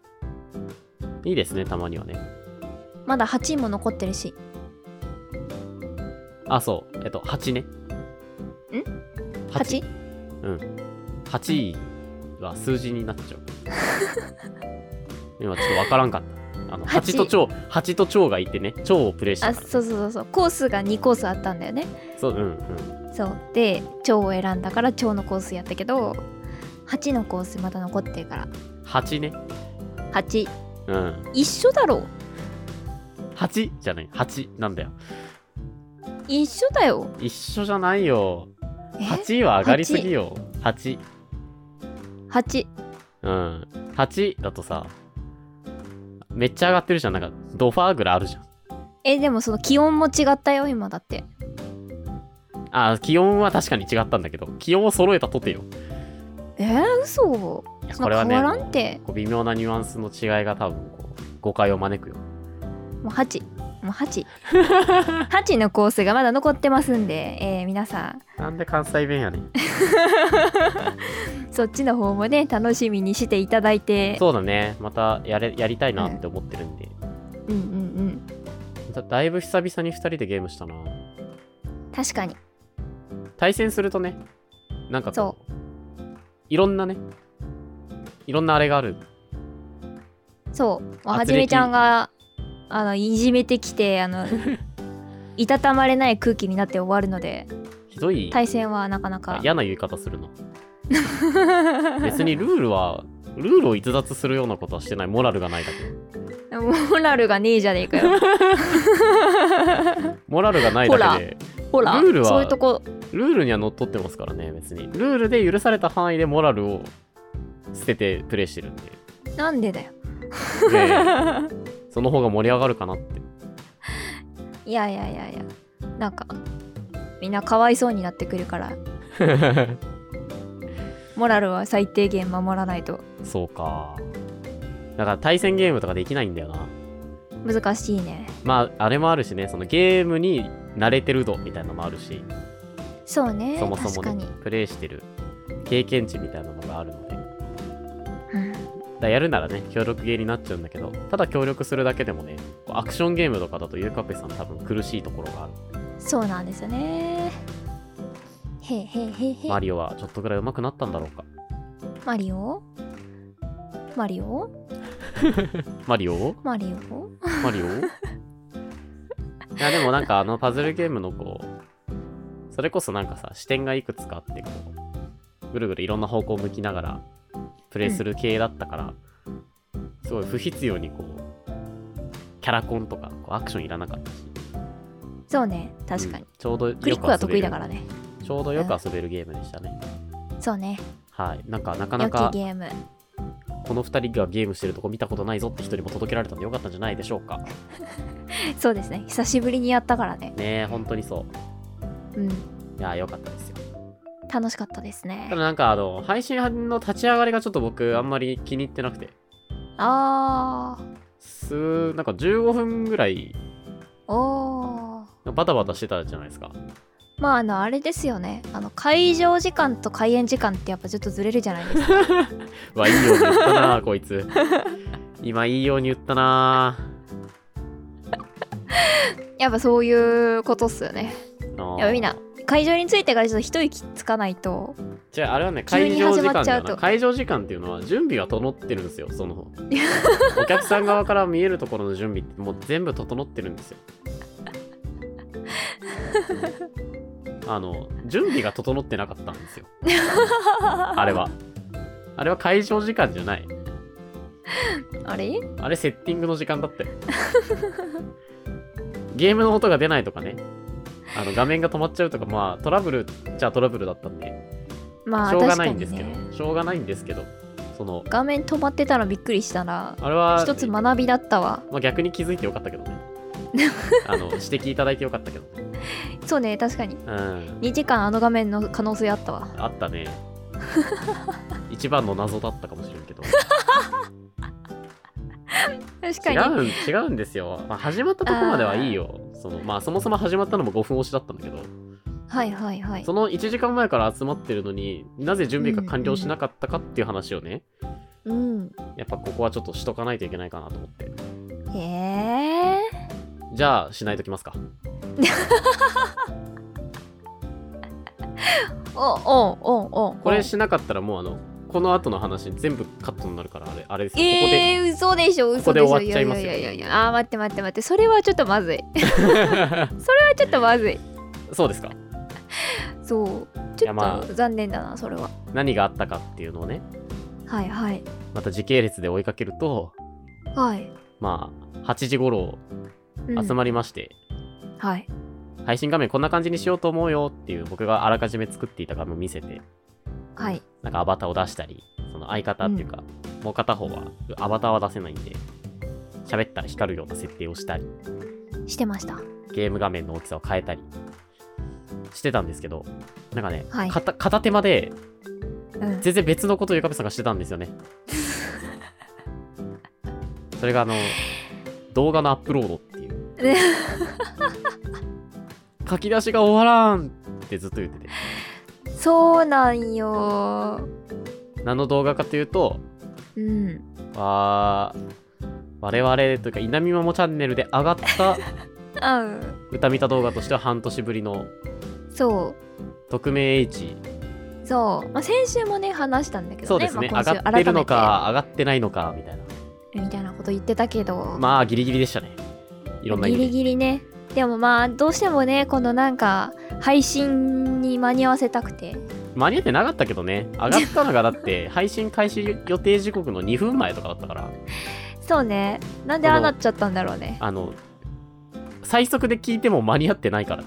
[SPEAKER 1] いいですねたまにはね
[SPEAKER 2] まだ8位も残ってるし
[SPEAKER 1] あ、そう。えっと、8ね。ん
[SPEAKER 2] 8?
[SPEAKER 1] うん。8は数字になっちゃう。今ちょっとわからんかった。あの、
[SPEAKER 2] 八
[SPEAKER 1] 8と蝶、八と蝶がいてね、蝶をプレイした
[SPEAKER 2] あ
[SPEAKER 1] から、
[SPEAKER 2] そうそうそうそうコースが2コースあったんだよね
[SPEAKER 1] そう、うんうん。
[SPEAKER 2] そうで蝶を選んだから蝶のコースやったけど8のコースまだ残ってるから
[SPEAKER 1] 8ね。
[SPEAKER 2] 8
[SPEAKER 1] うん。
[SPEAKER 2] 一緒だろう
[SPEAKER 1] 8じゃない8なんだよ
[SPEAKER 2] 一緒だよ
[SPEAKER 1] 一緒じゃないよ
[SPEAKER 2] え
[SPEAKER 1] 8は上がりすぎよ 8,
[SPEAKER 2] 八
[SPEAKER 1] うん8だとさめっちゃ上がってるじゃんなんかドファーぐらいあるじゃん
[SPEAKER 2] えでもその気温も違ったよ今だって
[SPEAKER 1] あ気温は確かに違ったんだけど気温を揃えたとてよ
[SPEAKER 2] えー、嘘
[SPEAKER 1] いや
[SPEAKER 2] そ
[SPEAKER 1] こ
[SPEAKER 2] ん
[SPEAKER 1] れは
[SPEAKER 2] な変
[SPEAKER 1] ね
[SPEAKER 2] わらんって
[SPEAKER 1] こう微妙なニュアンスの違いが多分こう誤解を招くよ
[SPEAKER 2] もう八もう八 *laughs* 八のコースがまだ残ってますんで、えー皆さん
[SPEAKER 1] なんで関西弁やねん
[SPEAKER 2] そっちの方もね楽しみにしていただいて
[SPEAKER 1] そうだねまたやれやりたいなって思ってるんで、
[SPEAKER 2] うんうん
[SPEAKER 1] だだいぶ久々に2人でゲームしたな
[SPEAKER 2] うん確かに
[SPEAKER 1] 対戦するとねなんかこ
[SPEAKER 2] そ
[SPEAKER 1] ういろんなねいろんなあれがある
[SPEAKER 2] そうまあは
[SPEAKER 1] 圧
[SPEAKER 2] じ
[SPEAKER 1] 力
[SPEAKER 2] めちゃんがあのいじめてきてあ *laughs* のいたたまれない空気になって終わるので
[SPEAKER 1] ひどい
[SPEAKER 2] 対戦はなかなか
[SPEAKER 1] 嫌な言い方す
[SPEAKER 2] *laughs*
[SPEAKER 1] るの別にルールはルールを逸脱するようなことはしてないモラルがないだけ
[SPEAKER 2] モラルがねえじゃねえかよ
[SPEAKER 1] モラルがないだけで
[SPEAKER 2] *laughs* ほら
[SPEAKER 1] ルールは
[SPEAKER 2] *laughs* そういうとこ
[SPEAKER 1] ルールにはのっとってますからね別にルールで許された範囲でモラルを捨ててプレイしてるんで
[SPEAKER 2] なんでだよ *laughs*
[SPEAKER 1] でその方が盛り上がるかなって
[SPEAKER 2] いやいやいやいやなんかみんなかわいそうになってくるからモラルは最低限守らないと
[SPEAKER 1] *laughs* そうか。だから対戦ゲームとかできないんだよな。
[SPEAKER 2] 難しいね
[SPEAKER 1] まあ、あれもあるしね、そのゲームに慣れてる度みたいなのもあるし、
[SPEAKER 2] そうね
[SPEAKER 1] そもそも
[SPEAKER 2] 確か
[SPEAKER 1] ね
[SPEAKER 2] に、
[SPEAKER 1] プレイしてる経験値みたいなのがあるので、だか
[SPEAKER 2] うん
[SPEAKER 1] らやるならね、協力ゲーになっちゃうんだけど、ただ協力するだけでもね、こうアクションゲームとかだとゆうかぺさん多分苦しいところがある。
[SPEAKER 2] そうなんですよねへえへえへえへえ
[SPEAKER 1] マリオはちょっとぐらい上手くなったんだろうか。
[SPEAKER 2] マリオマリオ
[SPEAKER 1] マリオ
[SPEAKER 2] マリオ
[SPEAKER 1] マ
[SPEAKER 2] *laughs*
[SPEAKER 1] リオいや、でもなんかあのパズルゲームのこう、それこそなんかさ、視点がいくつかあって、こう、ぐるぐるいろんな方向を向きながら、プレイする系だったから、すごい不必要にこう、キャラコンとか、こうアクションいらなかったし。
[SPEAKER 2] そうね確かに、
[SPEAKER 1] うんちょうどよく
[SPEAKER 2] クリックは得意だから
[SPEAKER 1] ね。
[SPEAKER 2] ね
[SPEAKER 1] ちょうどよく遊べるゲームでしたね。
[SPEAKER 2] そうね
[SPEAKER 1] はい。なんか、なか
[SPEAKER 2] 良
[SPEAKER 1] な
[SPEAKER 2] き
[SPEAKER 1] か、
[SPEAKER 2] ゲーム
[SPEAKER 1] この2人がゲームしてるとこ見たことないぞって人にも届けられたんでよかったんじゃないでしょうか。
[SPEAKER 2] そうですね久しぶりにやったからね
[SPEAKER 1] ねえ、本当にそう。
[SPEAKER 2] うん
[SPEAKER 1] いや、よかったですよ。
[SPEAKER 2] 楽しかったです
[SPEAKER 1] た
[SPEAKER 2] ね
[SPEAKER 1] だなんかあの、配信の立ち上がりがちょっと僕あんまり気に入ってなくて、
[SPEAKER 2] あ
[SPEAKER 1] すなんか15分ぐらい
[SPEAKER 2] ーおー
[SPEAKER 1] バタバタしてたじゃないですか。
[SPEAKER 2] まああのあれですよねあの会場時間と開演時間ってやっぱちょっとずれるじゃない
[SPEAKER 1] *laughs*
[SPEAKER 2] ですか
[SPEAKER 1] うわ、いいように言ったなあこい
[SPEAKER 2] *laughs*
[SPEAKER 1] つ。今いいように言ったな
[SPEAKER 2] やっぱそういうことっすよね
[SPEAKER 1] あ
[SPEAKER 2] やっぱみんな会場に着いてからちょっと一息つかないと
[SPEAKER 1] じゃああれはね、
[SPEAKER 2] 急
[SPEAKER 1] 会
[SPEAKER 2] に
[SPEAKER 1] 場時
[SPEAKER 2] 始ま
[SPEAKER 1] 間
[SPEAKER 2] っちゃ
[SPEAKER 1] だ
[SPEAKER 2] うと
[SPEAKER 1] な。会場時間っていうのは準備は整ってるんですよ、そ
[SPEAKER 2] *laughs*
[SPEAKER 1] の。お客さん側から見えるところの準備ってもう全部整ってるんですよ。あの、準備が整ってなかったん
[SPEAKER 2] *laughs*
[SPEAKER 1] ですよ。あれは。あれは会場時間じゃない。
[SPEAKER 2] あれ
[SPEAKER 1] あれセッティングの時間だったよ。ゲームの音が出ないとかね。あの画面が止まっちゃうとか、まあトラブルっちゃトラブルだったんで、
[SPEAKER 2] まあ
[SPEAKER 1] しょうが
[SPEAKER 2] 確
[SPEAKER 1] ない
[SPEAKER 2] か
[SPEAKER 1] ん
[SPEAKER 2] に
[SPEAKER 1] ですけど、
[SPEAKER 2] ね
[SPEAKER 1] しょうがないんですけど、その、
[SPEAKER 2] 画面止まってたのびっくりしたな
[SPEAKER 1] あれは、
[SPEAKER 2] 一つ学びだったわ
[SPEAKER 1] まあ、逆に気づいてよかったけど
[SPEAKER 2] *laughs*
[SPEAKER 1] ね。あの指摘いただいてよかったけどね。
[SPEAKER 2] そうね確かに
[SPEAKER 1] うん。
[SPEAKER 2] 2時間あの画面の可能性あったわ
[SPEAKER 1] あった
[SPEAKER 2] *laughs*
[SPEAKER 1] ね。一番の謎だったかもしれんけど。
[SPEAKER 2] 確
[SPEAKER 1] 違
[SPEAKER 2] かに
[SPEAKER 1] うん、違うんですよ。まあ、始まったとこまではいいよ。その、まあ、そもそも始まったのも5分押しだったんだけど、
[SPEAKER 2] はいはいはい
[SPEAKER 1] その1時間前から集まってるのになぜ準備が完了しなかったかっていう話をね、
[SPEAKER 2] うん
[SPEAKER 1] やっぱここはちょっとしとかないといけないかなと思って。
[SPEAKER 2] へえ
[SPEAKER 1] じゃあ、しないときますか。
[SPEAKER 2] おおおお
[SPEAKER 1] これしなかったらもう、あの、この後の話全部カットになるから、あれ、あれですよ。ここで。
[SPEAKER 2] えー、嘘でしょ
[SPEAKER 1] ここ
[SPEAKER 2] 嘘
[SPEAKER 1] で
[SPEAKER 2] でしょ
[SPEAKER 1] 終わっちゃいますよ
[SPEAKER 2] やいやいやいやあー待って待って待ってそれはちょっとまずいそれはちょっとまずい
[SPEAKER 1] そうです *laughs* か。
[SPEAKER 2] そう
[SPEAKER 1] い
[SPEAKER 2] ちょ
[SPEAKER 1] や
[SPEAKER 2] っ
[SPEAKER 1] まあ
[SPEAKER 2] と残念だなそれは
[SPEAKER 1] 何があったかっていうのをね、
[SPEAKER 2] はいはい
[SPEAKER 1] また時系列で追いかけると、
[SPEAKER 2] はい
[SPEAKER 1] まあ、8時頃
[SPEAKER 2] うん
[SPEAKER 1] 集まりまして、
[SPEAKER 2] はい
[SPEAKER 1] 配信画面こんな感じにしようと思うよっていう僕があらかじめ作っていた画面を見せて、
[SPEAKER 2] はい
[SPEAKER 1] なんかアバターを出したり、その相方っていうか、もう片方はアバターは出せないんで、喋ったら光るような設定をしたり、
[SPEAKER 2] してました
[SPEAKER 1] ゲーム画面の大きさを変えたりしてたんですけど、なんかね、
[SPEAKER 2] はい
[SPEAKER 1] 片片手間で
[SPEAKER 2] うん
[SPEAKER 1] 全然別のことをゆかべさんがしてたんですよね。それがあの、動画のアップロードっていう。
[SPEAKER 2] ね
[SPEAKER 1] 書き出しが終わらんってずっと言ってて。
[SPEAKER 2] *laughs* そうなんよ
[SPEAKER 1] 何の動画かというと、
[SPEAKER 2] うん
[SPEAKER 1] わー我々というか、稲見まもチャンネルで上がった
[SPEAKER 2] あうん
[SPEAKER 1] 歌見た動画としては半年ぶりの
[SPEAKER 2] そう
[SPEAKER 1] 匿名 H。
[SPEAKER 2] そう、まあ、先週もね話したんだけどね
[SPEAKER 1] そうですね、
[SPEAKER 2] まあ、今
[SPEAKER 1] 上
[SPEAKER 2] 週
[SPEAKER 1] がってるの
[SPEAKER 2] 改
[SPEAKER 1] か、上がってないのか、みたいな。
[SPEAKER 2] めてみたいなこと言ってたけど、
[SPEAKER 1] まあ、ギリギリでしたね。いろんな意
[SPEAKER 2] ギ
[SPEAKER 1] 味で。
[SPEAKER 2] リギリねでもまあどうしてもねこのなんか配信に間に合わせたくて
[SPEAKER 1] 間に合ってなかったけどね上がったのがだって配信開始予定時刻の2分前とかだったから
[SPEAKER 2] そうねなんでああなっちゃったんだろうね
[SPEAKER 1] あの最速で聞いても間に合ってない
[SPEAKER 2] *laughs*
[SPEAKER 1] から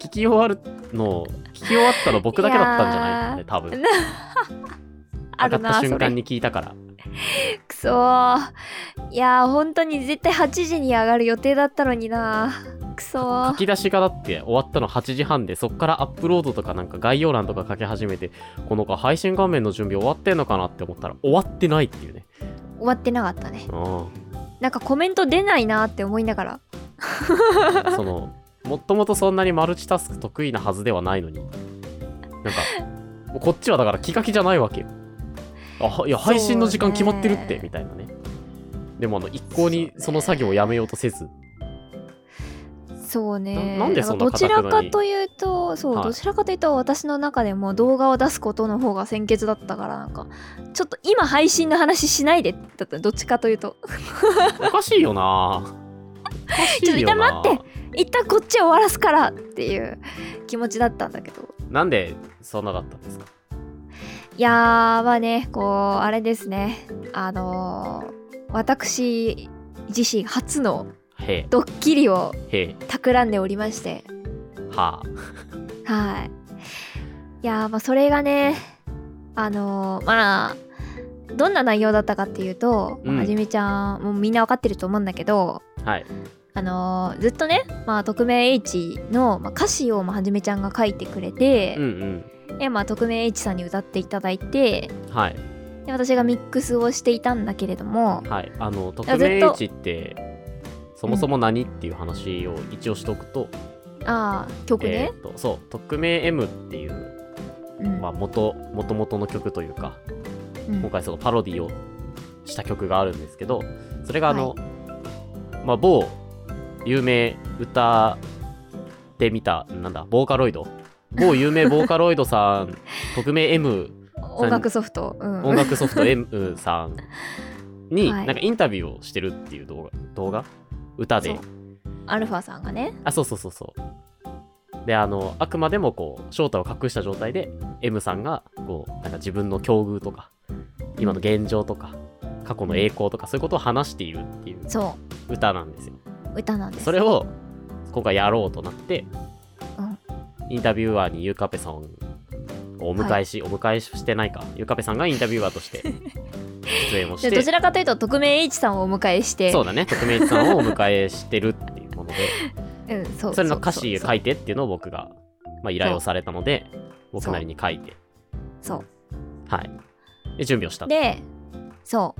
[SPEAKER 1] 聞き終わるの聞き終わったの僕だけだったんじゃない
[SPEAKER 2] いやー
[SPEAKER 1] 多分
[SPEAKER 2] あ
[SPEAKER 1] 上が
[SPEAKER 2] る
[SPEAKER 1] っ
[SPEAKER 2] な
[SPEAKER 1] た
[SPEAKER 2] そ
[SPEAKER 1] 瞬
[SPEAKER 2] れ
[SPEAKER 1] 間に聞いたから
[SPEAKER 2] くそーいやー本当に絶対8時に上がる予定だったのになくそ
[SPEAKER 1] 書
[SPEAKER 2] ー
[SPEAKER 1] き出しがだって終わったの8時半でそっからアップロードとかなんか概要欄とか書き始めてこの子配信画面の準備終わってんのかなって思ったら終わってないっていうね
[SPEAKER 2] 終わってなかったね
[SPEAKER 1] うん
[SPEAKER 2] なんかコメント出ないなって思いながら
[SPEAKER 1] *laughs* そのもともとそんなにマルチタスク得意なはずではないのになんかもうこっちはだから気が気じゃないわけよあいや
[SPEAKER 2] そうね
[SPEAKER 1] 配信の時間決まってるってみたいなねでもあの一向にその作業をやめようとせず、
[SPEAKER 2] そうね
[SPEAKER 1] ななんでそんな
[SPEAKER 2] どち
[SPEAKER 1] か
[SPEAKER 2] ら
[SPEAKER 1] たくな
[SPEAKER 2] か
[SPEAKER 1] に
[SPEAKER 2] というとそう、
[SPEAKER 1] はい
[SPEAKER 2] どちらかというと私の中でも動画を出すことの方が先決だったからなんかちょっと今配信の話しないでだったどっちかというと
[SPEAKER 1] おかしいよなおかしいよ
[SPEAKER 2] ちょ
[SPEAKER 1] な
[SPEAKER 2] っと待一旦こっちは終わらすからっていう気持ちだったんだけど
[SPEAKER 1] なんでそんなだったんですか
[SPEAKER 2] いやーまあねこうあれですねあのー私自身初の
[SPEAKER 1] へ
[SPEAKER 2] ドッキリを
[SPEAKER 1] えへえ
[SPEAKER 2] 企んでおりまして
[SPEAKER 1] はあ
[SPEAKER 2] はい。いやーまあそれがねあのーまあどんな内容だったかっていうと、
[SPEAKER 1] うん
[SPEAKER 2] はじめちゃんもうみんなわかってると思うんだけど
[SPEAKER 1] はい
[SPEAKER 2] あのーずっとね、まあ、匿名 H の、まあ、歌詞を、まあ、はじめちゃんが書いてくれて
[SPEAKER 1] うん、う
[SPEAKER 2] でまあ、匿名 H さんに歌っていただいて
[SPEAKER 1] んはい
[SPEAKER 2] で私がミックスをしていたんだけれども
[SPEAKER 1] はいあの
[SPEAKER 2] や
[SPEAKER 1] 匿
[SPEAKER 2] ず
[SPEAKER 1] 名
[SPEAKER 2] っと
[SPEAKER 1] H ってそもそも何っていう話を一応しておくと、
[SPEAKER 2] ああ曲
[SPEAKER 1] え
[SPEAKER 2] ね、
[SPEAKER 1] ーっとそう匿名 M っていう
[SPEAKER 2] うん
[SPEAKER 1] まあ、元元々の曲というか
[SPEAKER 2] うん
[SPEAKER 1] 今回そのパロディをした曲があるんですけどそれがあの、まあ、某有名歌で見たなんだボーカロイド某有名ボーカロイドさ
[SPEAKER 2] *laughs*
[SPEAKER 1] ん匿名 M
[SPEAKER 2] 音楽ソフト、うん、
[SPEAKER 1] 音楽ソフト M さんにない
[SPEAKER 2] は
[SPEAKER 1] んかインタビューをしてるっていう動画動画歌で
[SPEAKER 2] そうアルファさんがね
[SPEAKER 1] あそうそうそうそうであのあくまでもこう翔太を隠した状態で M さんがこうなんか自分の境遇とか今の現状とか過去の栄光とかそういうことを話しているっていう
[SPEAKER 2] そ
[SPEAKER 1] 歌なんですよ
[SPEAKER 2] う歌なんです
[SPEAKER 1] それを今回やろうとなって、
[SPEAKER 2] うん
[SPEAKER 1] インタビュアーにゆかぺさんをお迎えし、お迎えしてないかゆかぺさんがインタビュアーとして
[SPEAKER 2] *laughs*
[SPEAKER 1] 出演をし
[SPEAKER 2] でど
[SPEAKER 1] て
[SPEAKER 2] ちらかというと匿名 H さんをお迎え *laughs* して
[SPEAKER 1] そうだね匿名さんをお迎えしてるっていうもので
[SPEAKER 2] うん、そう
[SPEAKER 1] それの歌詞書
[SPEAKER 2] い
[SPEAKER 1] いてっていうのを僕が、まあ、依頼をされたので僕なりに書いて
[SPEAKER 2] そう
[SPEAKER 1] はいで準備をしたと
[SPEAKER 2] でそ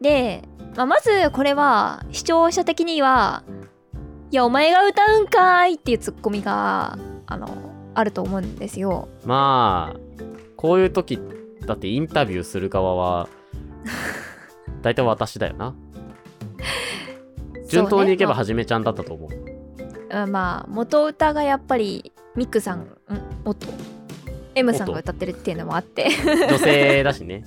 [SPEAKER 2] うで、まあ、まずこれは視聴者的には「いやお前が歌うんかい!」っていうツッコミがあのあると思うんですよ
[SPEAKER 1] まあこういう時だってインタビューする側は
[SPEAKER 2] *laughs*
[SPEAKER 1] 大体私だよな順当にいけば
[SPEAKER 2] そう
[SPEAKER 1] はじめちゃんだったと思う
[SPEAKER 2] ねまあうんまあ元歌がやっぱりミックさんん元 M さんが歌ってるっていうのもあって、
[SPEAKER 1] 女性だしね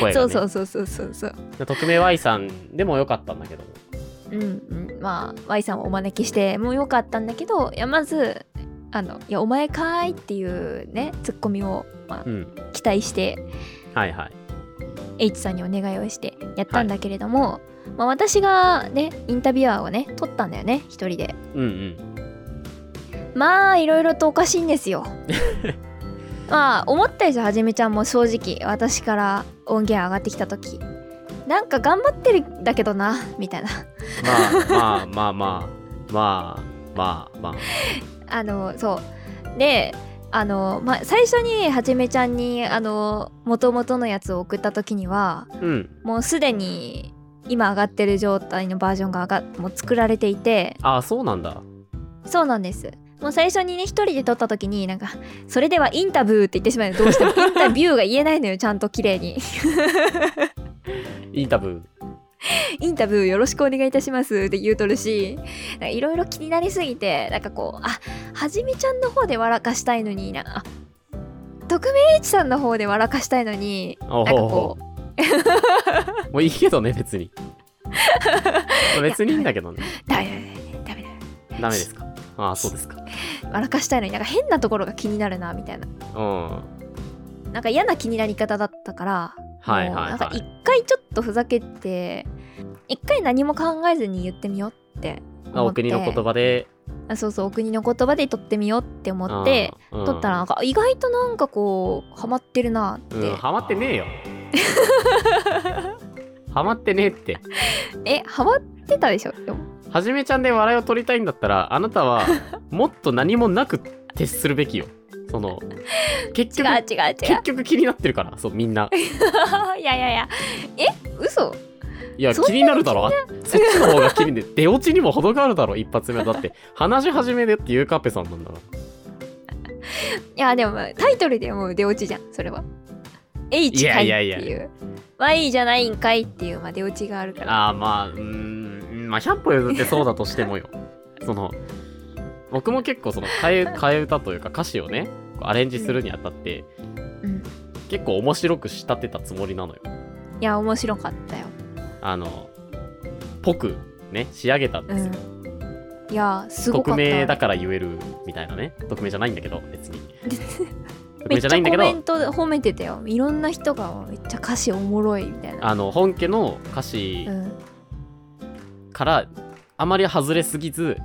[SPEAKER 1] 声が
[SPEAKER 2] *laughs* そ
[SPEAKER 1] ね
[SPEAKER 2] うそうそうそうそうそう
[SPEAKER 1] 匿名 Y さんでもよかったんだけど
[SPEAKER 2] うんうん、まあ Y さんをお招きしてもよかったんだけどいやまずあの「いやお前かーい」っていうねツッコミを、ま
[SPEAKER 1] うん
[SPEAKER 2] あ、期待して
[SPEAKER 1] はいはい
[SPEAKER 2] H さんにお願いをして「やったんだけれども、まあ、私がねインタビュアーをね撮ったんだよね一人で
[SPEAKER 1] うんうん。
[SPEAKER 2] まあいろいろとおかしいんですよまあ思ったよりはじめちゃんも正直私から音源上がってきた時なんか頑張ってるんだけどなみたいな
[SPEAKER 1] まあまあまあまあまあまあまあ。
[SPEAKER 2] あのそうであの、まあ、最初にはじめちゃんにあの元々のやつを送った時には
[SPEAKER 1] うん。
[SPEAKER 2] もうすでに今上がってる状態のバージョンが上がもう作られていて
[SPEAKER 1] あ、そうなんだ。
[SPEAKER 2] そうなんですもう最初にね一人で撮った時になんか「それではインタビュー」って言ってしまうのどうしてもインタビューが言えないのよちゃんと綺麗に
[SPEAKER 1] インタビュー。
[SPEAKER 2] 「インタビューよろしくお願いいたします」って言うとるしなんかいろいろ気になりすぎてなんかこうあはじめちゃんの方で笑かしたいのになあ匿名一さんの方で笑かしたいのに
[SPEAKER 1] お
[SPEAKER 2] なんか
[SPEAKER 1] お
[SPEAKER 2] こ。
[SPEAKER 1] もういいけどね、別に。別にいいんだけどね。
[SPEAKER 2] うダメだダメだダメ
[SPEAKER 1] ダメですか。ああ、そうですか。
[SPEAKER 2] だ笑かしたいのになんか変なところが気になるなみたいな
[SPEAKER 1] うん。
[SPEAKER 2] なんか嫌な気になり方だったから
[SPEAKER 1] はいはい
[SPEAKER 2] もう
[SPEAKER 1] はい
[SPEAKER 2] なんか一回ちょっとふざけて一回何も考えずに言ってみようって
[SPEAKER 1] あお国の言葉で。
[SPEAKER 2] あそうそうお国の言葉で撮ってみようって思って
[SPEAKER 1] うん、
[SPEAKER 2] 撮ったらなんか意外となんかこうハマってるなって、
[SPEAKER 1] うん、ハマってねえよ。ハマってねえって。
[SPEAKER 2] えハマってたでしょでも
[SPEAKER 1] はじめちゃんで笑いを取りたいんだったら、あなたはもっと何もなく徹するべきよ。その、結
[SPEAKER 2] 違う
[SPEAKER 1] 局、
[SPEAKER 2] 違
[SPEAKER 1] 結
[SPEAKER 2] う
[SPEAKER 1] 局気になってるから、そう、みんな。
[SPEAKER 2] 違う *laughs* いやいやいやえ嘘
[SPEAKER 1] いや、
[SPEAKER 2] そんな
[SPEAKER 1] 気になるだろ。そっちの方が気にな *laughs* る。出落ちにも程があるだろ、一発目。だって、話し始めでってゆうかっぺさんなんだか
[SPEAKER 2] いやでもタイトルでもう出落ちじゃんそれは H
[SPEAKER 1] い
[SPEAKER 2] か
[SPEAKER 1] や
[SPEAKER 2] いっ
[SPEAKER 1] いやい
[SPEAKER 2] て
[SPEAKER 1] や
[SPEAKER 2] いう Y じゃないんかいっていうまあ出落ちがあるから
[SPEAKER 1] ら。ああ、まあ、うーん、まあ、100歩譲ってそうだとして *laughs* もよ。その、僕も結構その *laughs* 替え、替え歌というか歌詞をね、こうアレンジするにあたって、
[SPEAKER 2] うん
[SPEAKER 1] 結構面白く仕立てたつもりなのよ。
[SPEAKER 2] いや面白かったよ
[SPEAKER 1] あの、ぽく、ね、仕上げたん
[SPEAKER 2] う
[SPEAKER 1] ですよ。
[SPEAKER 2] んいやすごか
[SPEAKER 1] 匿
[SPEAKER 2] った *laughs*
[SPEAKER 1] 名だから言えるみたいなね。匿名じゃないんだけど、別に。匿
[SPEAKER 2] め
[SPEAKER 1] 名
[SPEAKER 2] っ
[SPEAKER 1] じ
[SPEAKER 2] ちゃ
[SPEAKER 1] ゃないんだ
[SPEAKER 2] コ
[SPEAKER 1] け
[SPEAKER 2] メ
[SPEAKER 1] ど、
[SPEAKER 2] ントで褒めてたよいろんな人がめっちゃ歌詞おもろいみたいな
[SPEAKER 1] あの、本家の歌詞
[SPEAKER 2] うん
[SPEAKER 1] から、あまり外れすぎず、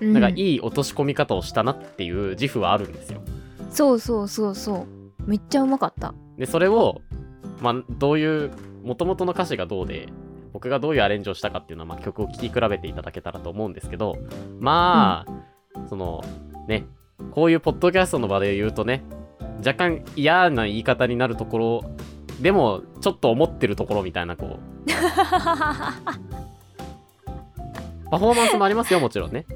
[SPEAKER 2] う
[SPEAKER 1] なんか
[SPEAKER 2] ん
[SPEAKER 1] いい落とし込み方をしたなっていう自負はあるんですよ。
[SPEAKER 2] そうそうそうそうめっちゃうまかった
[SPEAKER 1] で、それを、まあ、どういう、元々の歌詞がどうで、僕がどういうアレンジをしたかっていうのは、まあ、曲を聴き比べていただけたらと思うんですけど、まあ、その、ね、こういうポッドキャストの場で言うとね、若干嫌な言い方になるところ、でも、ちょっと思ってるところみたいな、こう、
[SPEAKER 2] あ
[SPEAKER 1] パフォーマンスもありますよ、もちろんね。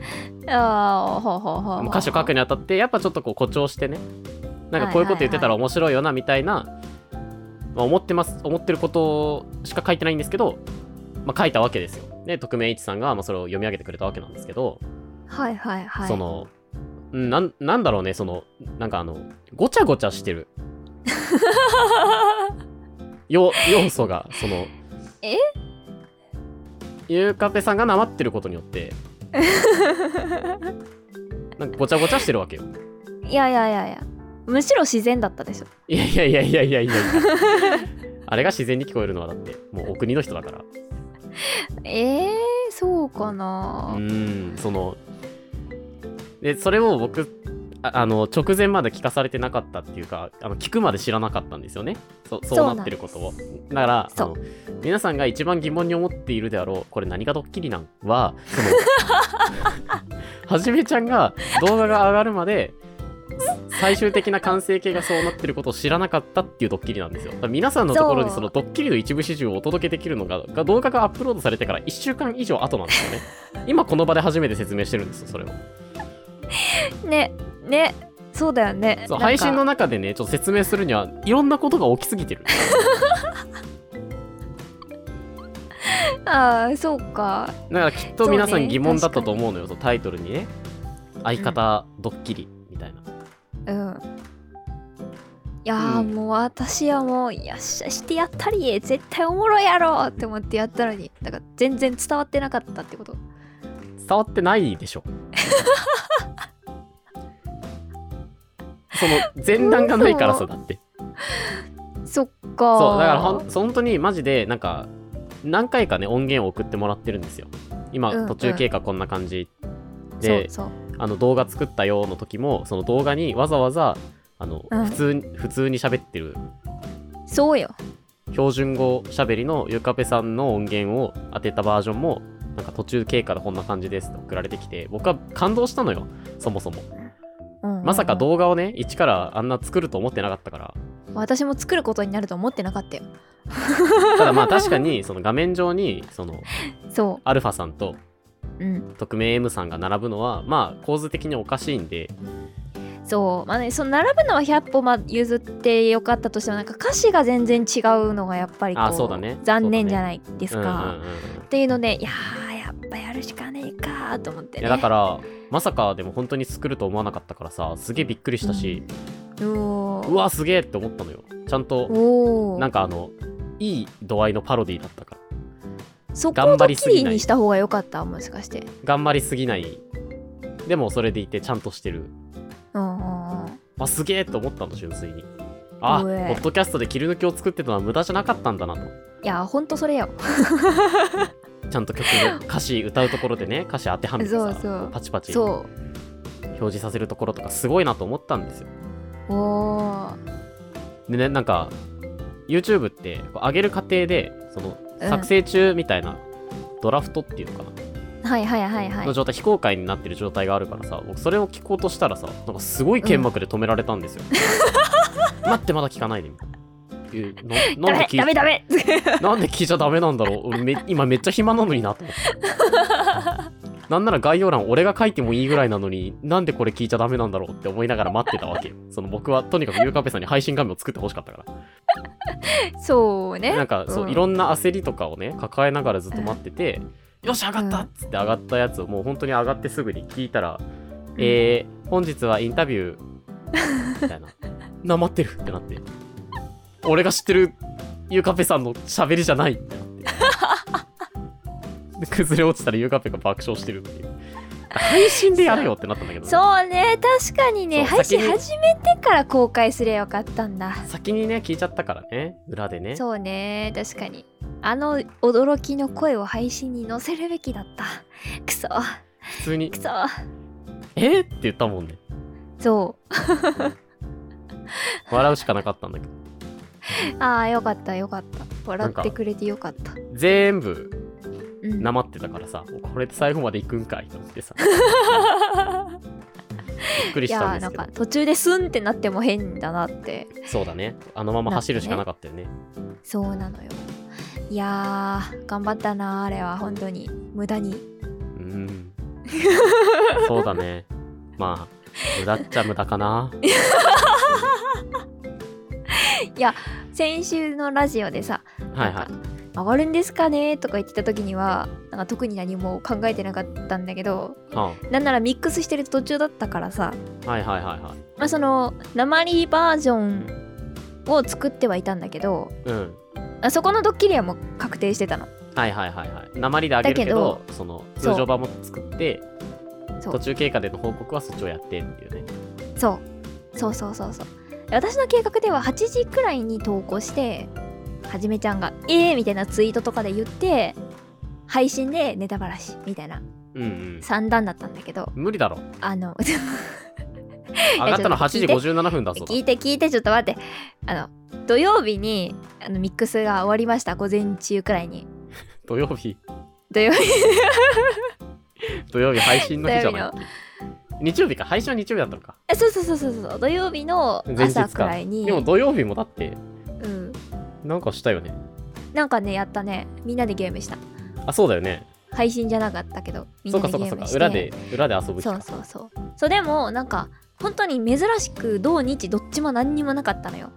[SPEAKER 2] あほうほうほう
[SPEAKER 1] 歌詞を書くにあたってやっぱちょっとこう誇張してねなんかこういうこと言ってたら面白いよなみたいな、まあ、思ってます思ってることしか書いてないんですけど、まあ、書いたわけですよで匿名一さんがまあそれを読み上げてくれたわけなんですけど、
[SPEAKER 2] はいはいはい
[SPEAKER 1] そのうんなんなんだろうねそのなんかあのごちゃごちゃしてるよ要素がその
[SPEAKER 2] え
[SPEAKER 1] ゆうかぺさんがなまってることによってなんかごちゃごちゃしてるわけよ
[SPEAKER 2] *laughs* いやいやいやいやむしろ自然だったでしょ
[SPEAKER 1] いやいやいやいやいやいやいやあれが自然に聞こえるのはだってもうお国の人だから
[SPEAKER 2] えー、そうかな
[SPEAKER 1] うーんそのでそれを僕ああの直前まで聞かされてなかったっていうかあの聞くまで知らなかったんですよねそ
[SPEAKER 2] そう
[SPEAKER 1] そ
[SPEAKER 2] な
[SPEAKER 1] うんなってることをだからあ
[SPEAKER 2] そう
[SPEAKER 1] の皆さんが一番疑問に思っているであろうこれ何がドッキリなんはそのはじめちゃんが動画が上がるまで最終的な完成形がそうなってることを知らなかったっていうドッキリなんですよだから皆さんのところに
[SPEAKER 2] そう
[SPEAKER 1] そのドッキリの一部始終をお届けできるのがが動画がアップロードされてから1週間以上後 *laughs* なんですよね今この場で初めて説明してるんですよそれを
[SPEAKER 2] ねねそうだよね
[SPEAKER 1] そう
[SPEAKER 2] なんか
[SPEAKER 1] 配信の中でねちょっと説明するにはいろんなことが起きすぎてる
[SPEAKER 2] ああそうか
[SPEAKER 1] だからきっと皆さ
[SPEAKER 2] そうんね
[SPEAKER 1] 疑問だったと思うのよそうタイトルにね相方ドッキリみたいな、
[SPEAKER 2] うんいやー、
[SPEAKER 1] うん
[SPEAKER 2] もう私はもう「よっしゃしてやったりえ絶対おもろいやろ!」って思ってやったのにだから全然伝わってなかったってこと
[SPEAKER 1] 伝わってないでしょその前段がないからさだって
[SPEAKER 2] そっか
[SPEAKER 1] そうだからほん本当にマジでなんか何回かね音源を送ってもらってるんですよ今、
[SPEAKER 2] うんうん
[SPEAKER 1] 途中経過こんな感じ
[SPEAKER 2] そう
[SPEAKER 1] で
[SPEAKER 2] そう
[SPEAKER 1] あの動画作ったよの時もその動画にわざわざあの、
[SPEAKER 2] うん
[SPEAKER 1] 普通に普通に喋ってる
[SPEAKER 2] そうよ
[SPEAKER 1] 標準語喋りのゆかぺさんの音源を当てたバージョンもなんか途中経過でこんな感じですって送られてきて僕は感動したのよそもそも
[SPEAKER 2] うんうん
[SPEAKER 1] まさか動画をね一からあんな作ると思ってなかったから
[SPEAKER 2] 私も作ることになると思ってなかったよ
[SPEAKER 1] ただまあ
[SPEAKER 2] *laughs*
[SPEAKER 1] 確かにその画面上にその
[SPEAKER 2] そ
[SPEAKER 1] アルファさんと
[SPEAKER 2] ううん
[SPEAKER 1] 匿名 M さんが並ぶのはまあ構図的におかしいんで
[SPEAKER 2] そうまあねその並ぶのは100歩まあ譲ってよかったとしてもなんか歌詞が全然違うのがやっぱりこう
[SPEAKER 1] あそうだね
[SPEAKER 2] 残念じゃないですか、
[SPEAKER 1] うんうんうんうん
[SPEAKER 2] っていうのでいやーやっぱやるしかねえかーと思って
[SPEAKER 1] い
[SPEAKER 2] ね
[SPEAKER 1] やだからまさかでも本当に作ると思わなかったからさすげえびっくりしたし、
[SPEAKER 2] お
[SPEAKER 1] うわすげえって思ったのよちゃんと
[SPEAKER 2] おお
[SPEAKER 1] なんかあのいい度合いのパロディだったから
[SPEAKER 2] そこ
[SPEAKER 1] 頑
[SPEAKER 2] を
[SPEAKER 1] 張
[SPEAKER 2] ドッ
[SPEAKER 1] り
[SPEAKER 2] キ
[SPEAKER 1] すぎ
[SPEAKER 2] リ
[SPEAKER 1] ない
[SPEAKER 2] にした方が良かったもしかして
[SPEAKER 1] 頑張りすぎないでもそれでいてちゃんとしてる
[SPEAKER 2] うんうんうん
[SPEAKER 1] あすげえと思ったの純粋にあポ
[SPEAKER 2] うえ
[SPEAKER 1] ッドキャストで切り抜きを作ってたのは無駄じゃなかったんだなと
[SPEAKER 2] いやほんとそれよ
[SPEAKER 1] ちゃんと曲の歌詞歌うところでね歌詞当てはめてさ
[SPEAKER 2] そうそう
[SPEAKER 1] パチパチ表
[SPEAKER 2] そ
[SPEAKER 1] 示させるところとかすごいなと思ったんですよ
[SPEAKER 2] うおー
[SPEAKER 1] でねなんか YouTube ってこう上げる過程でその
[SPEAKER 2] うん
[SPEAKER 1] 作成中みたいな、ドラフトっていうのかな、
[SPEAKER 2] はいはいはいはい
[SPEAKER 1] の状態非公開になってる状態があるからさ僕それを聞こうとしたらさなんかすごい剣幕で止められたんです
[SPEAKER 2] *laughs*
[SPEAKER 1] よ、待ってまだ聞かないでみたいなえなな
[SPEAKER 2] ダ
[SPEAKER 1] んで
[SPEAKER 2] メ
[SPEAKER 1] 聞
[SPEAKER 2] ダメ
[SPEAKER 1] い
[SPEAKER 2] ダメ
[SPEAKER 1] *laughs* なんで聞いちゃダメなんだろう俺め今めっちゃ暇なのになと思ってなんなら概要欄俺が書いてもいいぐらいなのになんでこれ聞いちゃダメなんだろうって思いながら待ってたわけよその僕はとにかくゆうかぺさんに配信画面を作ってほしかったから
[SPEAKER 2] *laughs* そうね
[SPEAKER 1] なんかそう、
[SPEAKER 2] うん
[SPEAKER 1] いろんな焦りとかをね抱えながらずっと待ってて、よし上がった
[SPEAKER 2] うん
[SPEAKER 1] っつって上がったやつをもう本当に上がってすぐに聞いたら、えー、本日はインタビューみたいな *laughs* なまってるってなって俺が知ってるゆうかぺさんの喋りじゃないって *laughs* なってで崩れ落ちたらゆうかぺが爆笑してるっていう配信でやれよってなったんだけどね、
[SPEAKER 2] そうね確かにね
[SPEAKER 1] そう
[SPEAKER 2] 配信
[SPEAKER 1] 先に
[SPEAKER 2] 始めてから公開すりゃよかったんだ
[SPEAKER 1] 先にね聞いちゃったからね裏でね
[SPEAKER 2] そうね確かにあの驚きの声を配信に載せるべきだったくそ
[SPEAKER 1] 普通に
[SPEAKER 2] くそ
[SPEAKER 1] 「えっ?」って言ったもんね
[SPEAKER 2] そ
[SPEAKER 1] 笑うしかなかったんだけど
[SPEAKER 2] うああよかったよかった笑
[SPEAKER 1] な
[SPEAKER 2] っ
[SPEAKER 1] んか
[SPEAKER 2] てくれてよかった
[SPEAKER 1] 全部
[SPEAKER 2] うん
[SPEAKER 1] なまってたからさ、これで最後まで行くんかいと思って
[SPEAKER 2] *laughs*
[SPEAKER 1] さ、びっくり
[SPEAKER 2] い
[SPEAKER 1] したん
[SPEAKER 2] や
[SPEAKER 1] です
[SPEAKER 2] なん
[SPEAKER 1] けど
[SPEAKER 2] か、途中ですんってなっても変だなって
[SPEAKER 1] そうだね、あのまま走るしかなかったよね。
[SPEAKER 2] そうなのよいやー頑張ったなあれは本当に無駄に *laughs*
[SPEAKER 1] うん。そうだね。まあ、無駄っちゃ無駄かな。
[SPEAKER 2] 先週のラジオでさ
[SPEAKER 1] はいはい。
[SPEAKER 2] 「上がるんですかね?」とか言ってた時にはなんか特に何も考えてなかったんだけど
[SPEAKER 1] は
[SPEAKER 2] なんならミックスしてる途中だったからさ、
[SPEAKER 1] あ、はいはいはいは
[SPEAKER 2] まあ、その鉛バージョンを作ってはいたんだけど
[SPEAKER 1] い。うん。
[SPEAKER 2] あそこのドッキリはもう確定してたのはい
[SPEAKER 1] はいはいはいはい。鉛であげるけど、その
[SPEAKER 2] そう
[SPEAKER 1] 通常版も作って、
[SPEAKER 2] そう
[SPEAKER 1] 途中経過での報告はそっちをやってっていうね。
[SPEAKER 2] そうそうそうそうそうで私の計画では8時くらいに投稿してはじめちゃんが「えー!」みたいなツイートとかで言って配信でネタばらしみたいな
[SPEAKER 1] うんうん。
[SPEAKER 2] 三段だったんだけど
[SPEAKER 1] 無理だろ。
[SPEAKER 2] あの
[SPEAKER 1] 上がったの8時57分だぞ。
[SPEAKER 2] 聞いて聞いてちょっと待ってあの土曜日にあのミックスが終わりました午前中くらいに
[SPEAKER 1] 土曜日、
[SPEAKER 2] 土曜日
[SPEAKER 1] 土曜日配信の日じゃない。日曜日か、配信は日曜日だったのか。
[SPEAKER 2] あそうそうそうそうそう土曜日の
[SPEAKER 1] 前日か
[SPEAKER 2] 朝くらいに
[SPEAKER 1] でも土曜日もだって
[SPEAKER 2] うん、
[SPEAKER 1] なんかしたよね
[SPEAKER 2] なんかねやったねみんなでゲームした
[SPEAKER 1] あそうだよね
[SPEAKER 2] 配信じゃなかったけどみん
[SPEAKER 1] そ
[SPEAKER 2] な
[SPEAKER 1] うか
[SPEAKER 2] で
[SPEAKER 1] そうかそう
[SPEAKER 2] ゲーム
[SPEAKER 1] か
[SPEAKER 2] して
[SPEAKER 1] 裏で裏で遊ぶ
[SPEAKER 2] そ
[SPEAKER 1] か
[SPEAKER 2] うそうそうそうでもなんか本当に珍しく同日どっちも何にもなかったのよ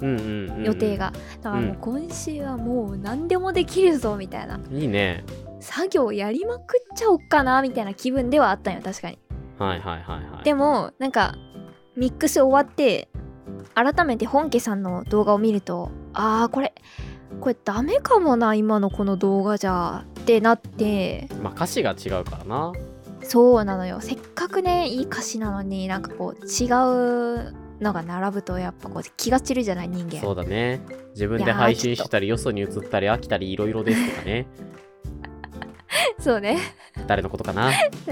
[SPEAKER 1] うんうんうんうん
[SPEAKER 2] 予定が、だからもううん今週はもう何でもできるぞみたいない
[SPEAKER 1] いね
[SPEAKER 2] 作業やりまくっちゃおっかなみたいな気分ではあったんよ確かに
[SPEAKER 1] はいはいはいはい
[SPEAKER 2] でもなんかミックス終わって改めて本家さんの動画を見るとあーこれこれダメかもな今のこの動画じゃってなって
[SPEAKER 1] まあ歌詞が違うからな
[SPEAKER 2] そうなのよせっかくねいい歌詞なのになんかこう違うのが並ぶとやっぱこう気が散るじゃない人間
[SPEAKER 1] そうだね。自分で配信してたり、よそに映ったり、飽きたり、いろいろですとか
[SPEAKER 2] *laughs*
[SPEAKER 1] ね。
[SPEAKER 2] *laughs* そうね
[SPEAKER 1] 誰のことかな。
[SPEAKER 2] *laughs*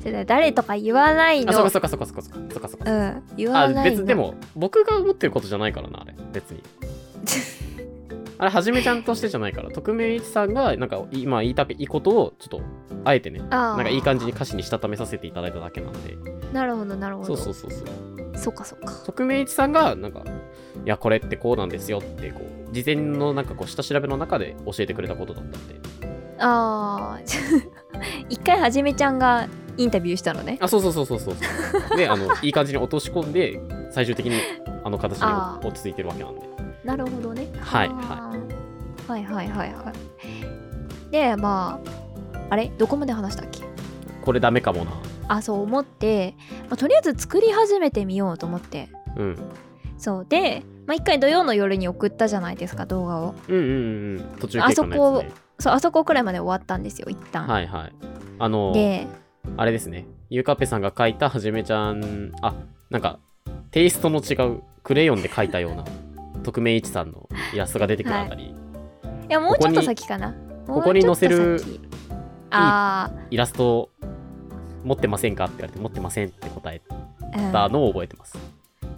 [SPEAKER 2] それで誰とか言わない
[SPEAKER 1] あ、そっか
[SPEAKER 2] の
[SPEAKER 1] そっかそっかそっかそっかそっかそっ
[SPEAKER 2] う
[SPEAKER 1] か。
[SPEAKER 2] ん言わ
[SPEAKER 1] あ、
[SPEAKER 2] ないの
[SPEAKER 1] 別、でも、僕が思ってることじゃないからな、あれ。別
[SPEAKER 2] *laughs*
[SPEAKER 1] に。あれ、はじめちゃんとしてじゃないから。匿名一さんが、なんか、今言いたくいいことを、ちょっと、あえてね、な
[SPEAKER 2] あー
[SPEAKER 1] んかいい感じに歌詞にしたためさせていただいただけなんで。
[SPEAKER 2] なるほどなるほ
[SPEAKER 1] そ
[SPEAKER 2] ど
[SPEAKER 1] うそうそうそう。
[SPEAKER 2] そうかそうか
[SPEAKER 1] 匿名一さんが、なんか、いや、これってこうなんですよって、こう、事前のなんかこう、下調べの中で教えてくれたことだったんで。
[SPEAKER 2] ああ *laughs* 一回はじめちゃんがインタビューしたのね
[SPEAKER 1] あ、そうそうそうそうそう *laughs* そう。で、あの、いい感じに落とし込んで、最終的にあの形に
[SPEAKER 2] あー
[SPEAKER 1] 落ち着いてるわけなんで。
[SPEAKER 2] なるほどね
[SPEAKER 1] はい
[SPEAKER 2] あーはいはいはいはいでまああれどこまで話したっけ
[SPEAKER 1] これダメかもな。
[SPEAKER 2] あそう思って、まあ、とりあえず作り始めてみようと思って
[SPEAKER 1] うん。
[SPEAKER 2] そうで、まあ、一回土曜の夜に送ったじゃないですか動画を
[SPEAKER 1] うんうんうんうん。途中経過のやつね。
[SPEAKER 2] そうあそこくらいまで終わったんですよ一旦、
[SPEAKER 1] はいはい。あの、
[SPEAKER 2] で
[SPEAKER 1] あれですね。ゆうかっぺさんが書いたはじめちゃん、あ、なんか、テイストの違う、クレヨンで書いたような、匿名一さんのイラストが出てくるあたり、
[SPEAKER 2] いやもうちょっ
[SPEAKER 1] こ
[SPEAKER 2] と
[SPEAKER 1] こに
[SPEAKER 2] 先かな
[SPEAKER 1] ここに載せる
[SPEAKER 2] もうちょっと先あ
[SPEAKER 1] イラスト持ってませんかって言われて、持ってませんって答え
[SPEAKER 2] あ、
[SPEAKER 1] た
[SPEAKER 2] うん、
[SPEAKER 1] のを覚えてます。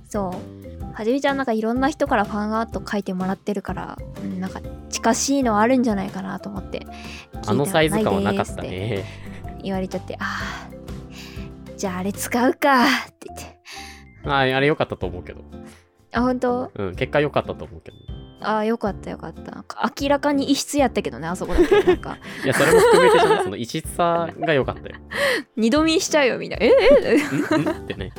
[SPEAKER 2] そうはじめちゃんなんかいろんな人からファンアート書いてもらってるから、うん、なんか近しいのあるんじゃないかなと思って
[SPEAKER 1] あのサイズ感はなかっ
[SPEAKER 2] 聞い
[SPEAKER 1] た
[SPEAKER 2] らいです
[SPEAKER 1] ね。
[SPEAKER 2] って言われちゃってあーじゃああれ使うかって言って
[SPEAKER 1] *laughs* はい、あれ良かったと思うけど。
[SPEAKER 2] あ本当
[SPEAKER 1] うん、結果良かったと思うけど。
[SPEAKER 2] あーよかったよかったなんか明らかに異質やったけどねあそこだけなんか
[SPEAKER 1] いや、それも含めてじゃない、その異質さが良かったよ。
[SPEAKER 2] 二度見しちゃうよみんなええ
[SPEAKER 1] んんってね。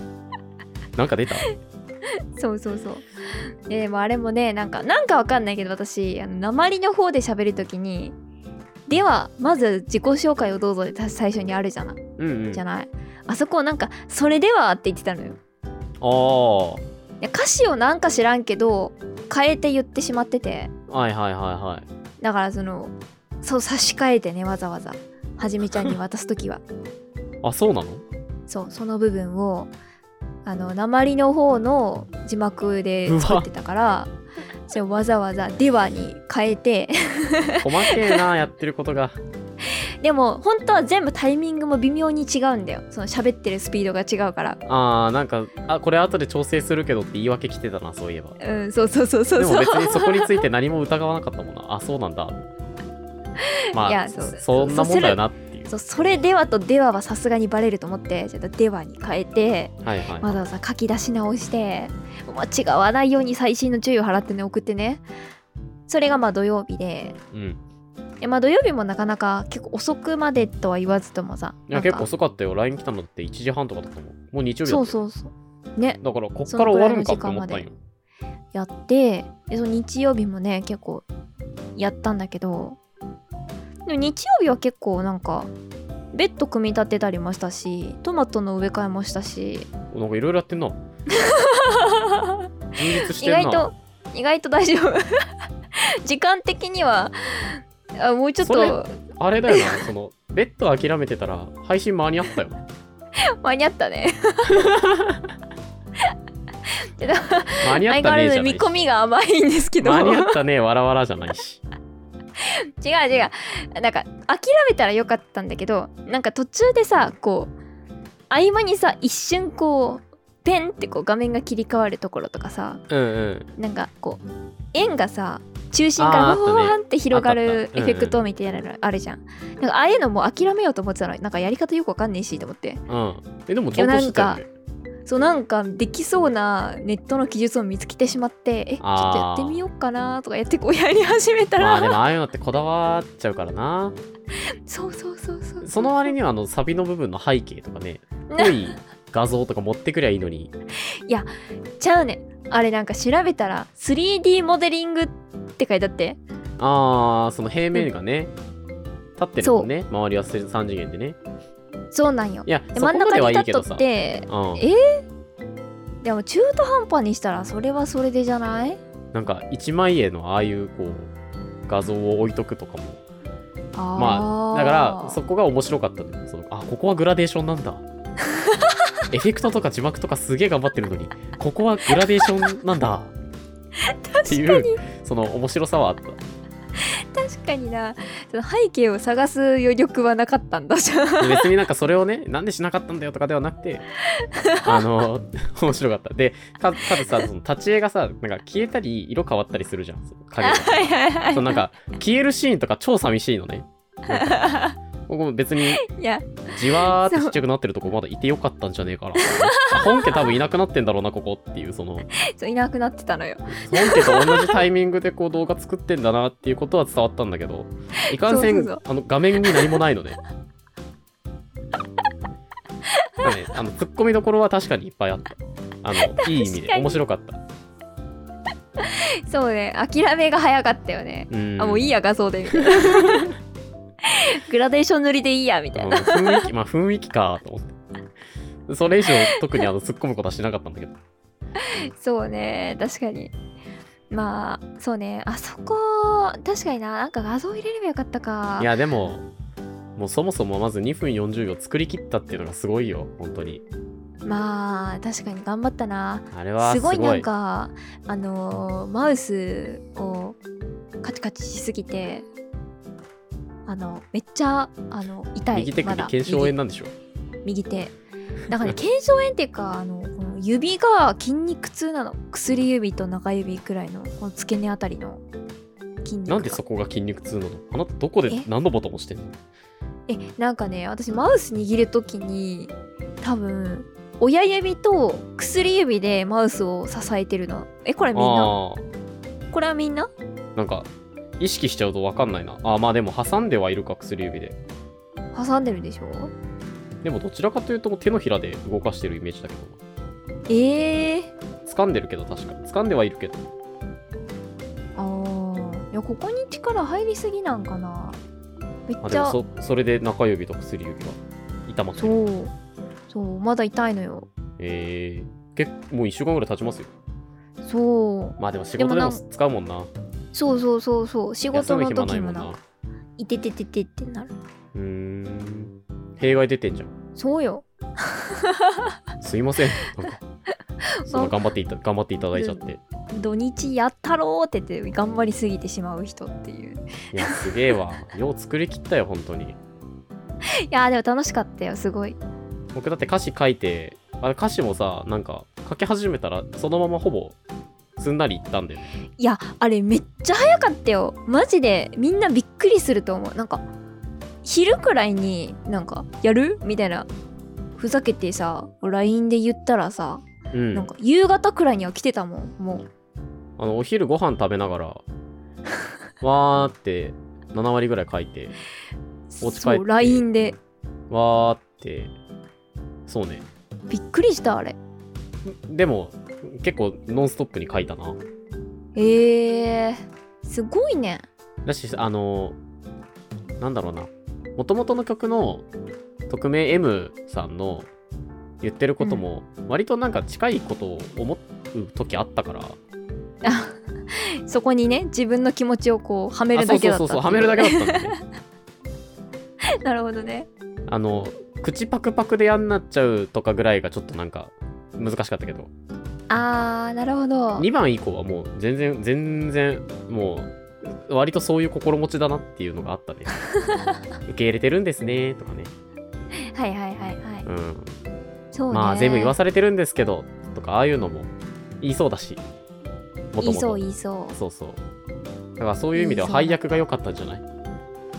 [SPEAKER 1] なんか出た
[SPEAKER 2] *laughs* そうそうそう。えでもあれもねなんかなんかわかんないけど私あの鉛の方で喋るときに「ではまず自己紹介をどうぞ」って最初にあるじゃない、
[SPEAKER 1] うんうん。
[SPEAKER 2] じゃ
[SPEAKER 1] あ
[SPEAKER 2] ないあそこをなんか「それでは」って言ってたのよ。
[SPEAKER 1] あー。
[SPEAKER 2] いや歌詞をなんか知らんけど変えて言ってしまってて
[SPEAKER 1] はいはいはいはい。
[SPEAKER 2] だからそのそう差し替えてねわざわざはじめちゃんに渡すときは
[SPEAKER 1] あ、そうなの
[SPEAKER 2] そうその部分をあの鉛の方の字幕で作ってたからそれをわざわざ「では」に変えて *laughs*
[SPEAKER 1] 細けえな、やってることが。
[SPEAKER 2] でも本当は全部タイミングも微妙に違うんだよその喋ってるスピードが違うから
[SPEAKER 1] ああ、なんか、あ、これ後で調整するけどって言い訳来てたな、そういえば。
[SPEAKER 2] うんそうそうそうそう
[SPEAKER 1] でも
[SPEAKER 2] そう
[SPEAKER 1] 別にそこについて何も疑わなかったもん
[SPEAKER 2] *laughs*
[SPEAKER 1] な。あ、そうなんだ。ま
[SPEAKER 2] い
[SPEAKER 1] あ、
[SPEAKER 2] や
[SPEAKER 1] そ
[SPEAKER 2] そう
[SPEAKER 1] そんなもんだよなっていう。
[SPEAKER 2] そうそれではとでははさすがにバレると思ってちょっとではに変えて
[SPEAKER 1] はいはい。
[SPEAKER 2] わざわざ書き出し直して間違わないように細心の注意を払ってね送ってねそれがまあ土曜日で
[SPEAKER 1] うん。
[SPEAKER 2] いやまあ土曜日もなかなか結構遅くまでとは言わずともさ
[SPEAKER 1] い
[SPEAKER 2] な
[SPEAKER 1] や、
[SPEAKER 2] んか
[SPEAKER 1] 結構遅かったよ。LINE 来たのって1時半とかだったもん。もう日曜日だ
[SPEAKER 2] そ
[SPEAKER 1] っ
[SPEAKER 2] う
[SPEAKER 1] たよ。
[SPEAKER 2] そうそうね
[SPEAKER 1] だから、こっから終わるんかって思ったんよ
[SPEAKER 2] そ。やってでその日曜日もね結構やったんだけどでも日曜日は結構なんかベッド組み立てたりもしたしトマトの植え替えもしたし
[SPEAKER 1] なんかいろいろやってんな。充実 *laughs* し
[SPEAKER 2] 意
[SPEAKER 1] てん
[SPEAKER 2] 外と
[SPEAKER 1] な。
[SPEAKER 2] 意外と大丈夫 *laughs* 時間的にはあもうちょっ
[SPEAKER 1] それ
[SPEAKER 2] と
[SPEAKER 1] あれだよな、その、ベッド諦めてたら、配信間に合ったよ。
[SPEAKER 2] 間に合っ
[SPEAKER 1] *laughs*
[SPEAKER 2] たね *laughs* ちょっと
[SPEAKER 1] 間に合っ
[SPEAKER 2] 相変
[SPEAKER 1] た
[SPEAKER 2] わ
[SPEAKER 1] ねじ
[SPEAKER 2] らず
[SPEAKER 1] ゃない
[SPEAKER 2] 見
[SPEAKER 1] し。
[SPEAKER 2] 込みが甘いんですけど
[SPEAKER 1] 間に合ったね、わらわらじゃない
[SPEAKER 2] *laughs*
[SPEAKER 1] し。
[SPEAKER 2] 違う違うなんか諦めたらよかったんだけどなんか途中でさこう合間にさ一瞬こうペンってこう画面が切り替わるところとかさ
[SPEAKER 1] うんうん。
[SPEAKER 2] なんかこう円がさ中心から
[SPEAKER 1] あーあった
[SPEAKER 2] わ
[SPEAKER 1] ね
[SPEAKER 2] ーんって広が
[SPEAKER 1] あったあ
[SPEAKER 2] る
[SPEAKER 1] った
[SPEAKER 2] エフェクトみたいなのあるじゃん,、なんかああいうのもう諦めようと思ってたのなんかやり方よくわかんねえしと思って
[SPEAKER 1] うん。え、でもちゃんとしてたよね。
[SPEAKER 2] そうなんかできそうなネットの技術を見つけてしまってえちょっとやってみようかなとかやってこうやり始めた
[SPEAKER 1] まあで
[SPEAKER 2] ら
[SPEAKER 1] もああいうのってこだわっちゃうからな。
[SPEAKER 2] そうそうそうそう
[SPEAKER 1] その割にはあのサビの部分の背景とか
[SPEAKER 2] *laughs*
[SPEAKER 1] ね、濃い画像とか持ってくりゃいいのに。
[SPEAKER 2] ちゃうねんあれなんか調べたら 3D モデリングって書いてあって
[SPEAKER 1] ああ、その平面がね、立ってるもんね。周りは3次元でね。
[SPEAKER 2] そうなんよ
[SPEAKER 1] いや、
[SPEAKER 2] で
[SPEAKER 1] そこ
[SPEAKER 2] 真ん
[SPEAKER 1] ま
[SPEAKER 2] 中
[SPEAKER 1] では
[SPEAKER 2] に
[SPEAKER 1] いいけ
[SPEAKER 2] 立っと
[SPEAKER 1] どさ。
[SPEAKER 2] って
[SPEAKER 1] うん、
[SPEAKER 2] えでも中途半端にしたらそれはそれでじゃない
[SPEAKER 1] なんか一枚絵のああいうこう画像を置いとくとかも
[SPEAKER 2] あー *laughs*
[SPEAKER 1] まあだからそこが面白かったのよそのあここはグラデーションなんだエフェクトとか字幕とかすげえ頑張ってるのに、ここはグラデーションなんだ。って
[SPEAKER 2] 確
[SPEAKER 1] い
[SPEAKER 2] か
[SPEAKER 1] う
[SPEAKER 2] に
[SPEAKER 1] その面白さはあった。
[SPEAKER 2] 確かになその背景を探す余力 *laughs* はなかったんだじゃあ
[SPEAKER 1] 別になんかそれをね、なんでしなかったんだよとかではなく
[SPEAKER 2] *laughs*
[SPEAKER 1] て、あの、面白かった。で、た多分さ、その立ち絵がさ、なんか消えたり、色変わったりするじゃん、その影が。
[SPEAKER 2] はいはいはい
[SPEAKER 1] そのなんか、消えるシーンとか超寂しいの
[SPEAKER 2] *laughs*
[SPEAKER 1] ね。なんか僕も別に、
[SPEAKER 2] いや
[SPEAKER 1] じわーってちっちゃくなってるとこまだいてよかったんじゃねえかな。あ本家多分いなくなってんだろうな、ここっていう、その、
[SPEAKER 2] そういなくなってたのよ
[SPEAKER 1] 本家と同じタイミングでこう動画作ってんだなっていうことは伝わったんだけ
[SPEAKER 2] *laughs*
[SPEAKER 1] どいかんせん
[SPEAKER 2] そうそうそう
[SPEAKER 1] あの画面に何もないのねだからねあのツッコミどころは確かにいっぱいあったあのいい意味
[SPEAKER 2] 確か
[SPEAKER 1] で
[SPEAKER 2] に
[SPEAKER 1] 面白かった
[SPEAKER 2] そうね諦めが早かったよね、
[SPEAKER 1] うん
[SPEAKER 2] あもういいや画像
[SPEAKER 1] *laughs*
[SPEAKER 2] でみたいなグラデーション塗りでいいやみたい
[SPEAKER 1] うん
[SPEAKER 2] な
[SPEAKER 1] 雰囲気まあ雰囲気かと思ってそれ以上特にあの突っ込むことはしなかったんだけど
[SPEAKER 2] そうね確かにまあそうねあそこ確かにななんか画像入れればよかったか
[SPEAKER 1] いやでももうそもそもまず2分40秒作り切ったっていうのがすごいよ本当に
[SPEAKER 2] まあ確かに頑張ったな
[SPEAKER 1] あれはす
[SPEAKER 2] す
[SPEAKER 1] ご
[SPEAKER 2] ご
[SPEAKER 1] い
[SPEAKER 2] いなんかあのーマウスをカチカチしすぎてあのめっちゃあの痛い
[SPEAKER 1] 右手
[SPEAKER 2] ま
[SPEAKER 1] 首
[SPEAKER 2] だ
[SPEAKER 1] 腱鞘炎なんでしょ
[SPEAKER 2] 右右手だ
[SPEAKER 1] *laughs*
[SPEAKER 2] からね腱鞘炎っていうかあのこの指が筋肉痛なの薬指と中指くらいのこの付け根あたりの筋肉が
[SPEAKER 1] なんでそこが筋肉痛なのあなたどこで
[SPEAKER 2] え
[SPEAKER 1] 何のボタン押してんの
[SPEAKER 2] えなんかね私マウス握る時に多分親指と薬指でマウスを支えてるのえこれみんな
[SPEAKER 1] あ
[SPEAKER 2] これはみんな
[SPEAKER 1] ーなんか意識しちゃうと分かんないなあーまあでも挟んではいるか薬指で
[SPEAKER 2] 挟んでるでしょ
[SPEAKER 1] でもどちらかというと手のひらで動かしてるイメージだけど
[SPEAKER 2] ええ
[SPEAKER 1] 掴んでるけど確かに掴んではいるけど
[SPEAKER 2] あーいやここに力入りすぎなんかなめ
[SPEAKER 1] あ
[SPEAKER 2] っち
[SPEAKER 1] でも
[SPEAKER 2] ゃ
[SPEAKER 1] そそれで中指と薬指が痛まってる
[SPEAKER 2] そうそうまだ痛いのよ
[SPEAKER 1] えー、結構もう1週間ぐらい経ちますよ
[SPEAKER 2] そう
[SPEAKER 1] まあでも仕事で
[SPEAKER 2] で
[SPEAKER 1] も
[SPEAKER 2] もな
[SPEAKER 1] 使うもんな
[SPEAKER 2] そうそうそうそう仕
[SPEAKER 1] 休
[SPEAKER 2] 事
[SPEAKER 1] む
[SPEAKER 2] の
[SPEAKER 1] 暇な
[SPEAKER 2] 時
[SPEAKER 1] いも
[SPEAKER 2] も
[SPEAKER 1] ん
[SPEAKER 2] なん
[SPEAKER 1] な
[SPEAKER 2] かいててててってなる
[SPEAKER 1] うーん弊害出てんじゃん
[SPEAKER 2] そうよ
[SPEAKER 1] すいませんなん
[SPEAKER 2] *laughs*
[SPEAKER 1] かその頑張っていた頑張っていただいちゃって
[SPEAKER 2] 土日やったろうって言って頑張りすぎてしまう人っていう
[SPEAKER 1] いやすげえわよう作りきったよ本当に
[SPEAKER 2] いやーでも楽しかったよすごい
[SPEAKER 1] 僕だって歌詞書いてあれ歌詞もさなんか書き始めたらそのままほぼすんなりいったんだよね
[SPEAKER 2] いやあれめっちゃ早かったよマジでみんなびっくりすると思うなんか昼くらいになんかやるみたいなふざけてさ LINE で言ったらさ、
[SPEAKER 1] うん
[SPEAKER 2] なんか夕方くらいには来てたもんも
[SPEAKER 1] あのお昼ご飯食べながらわーって7割ぐらい書いて
[SPEAKER 2] う
[SPEAKER 1] お家帰って
[SPEAKER 2] そう LINE で
[SPEAKER 1] わーってそうね
[SPEAKER 2] びっくりしたあれ
[SPEAKER 1] でも結構ノンストップに書いたな
[SPEAKER 2] えー、すごいね
[SPEAKER 1] だしあのなんだろうな元々の曲の匿名 M さんの言ってることも割となんか近いことを思う時あったから、
[SPEAKER 2] あそこにね自分の気持ちをこうはめるだけだ
[SPEAKER 1] あ
[SPEAKER 2] った
[SPEAKER 1] そうそうそうそうはめるだけだったんだね
[SPEAKER 2] け *laughs* なるほどね
[SPEAKER 1] *laughs* あの口パクパクでやんなっちゃうとかぐらいがちょっとなんか難しかったけど
[SPEAKER 2] あーなるほど
[SPEAKER 1] 2番以降はもう全然全然もう割とそういう心持ちだなっていうのがあ
[SPEAKER 2] *laughs*
[SPEAKER 1] ったね受け入れてるんですねとかね、
[SPEAKER 2] はいはいはいはい
[SPEAKER 1] うん、
[SPEAKER 2] そうね
[SPEAKER 1] まあ全部言わされてるんですけどとかああいうのも言いそうだしもと
[SPEAKER 2] 言い
[SPEAKER 1] も
[SPEAKER 2] そう
[SPEAKER 1] と
[SPEAKER 2] 言いそう
[SPEAKER 1] そうそうだからそういう意味では
[SPEAKER 2] 言いそうだ
[SPEAKER 1] 配役が良かったんじゃない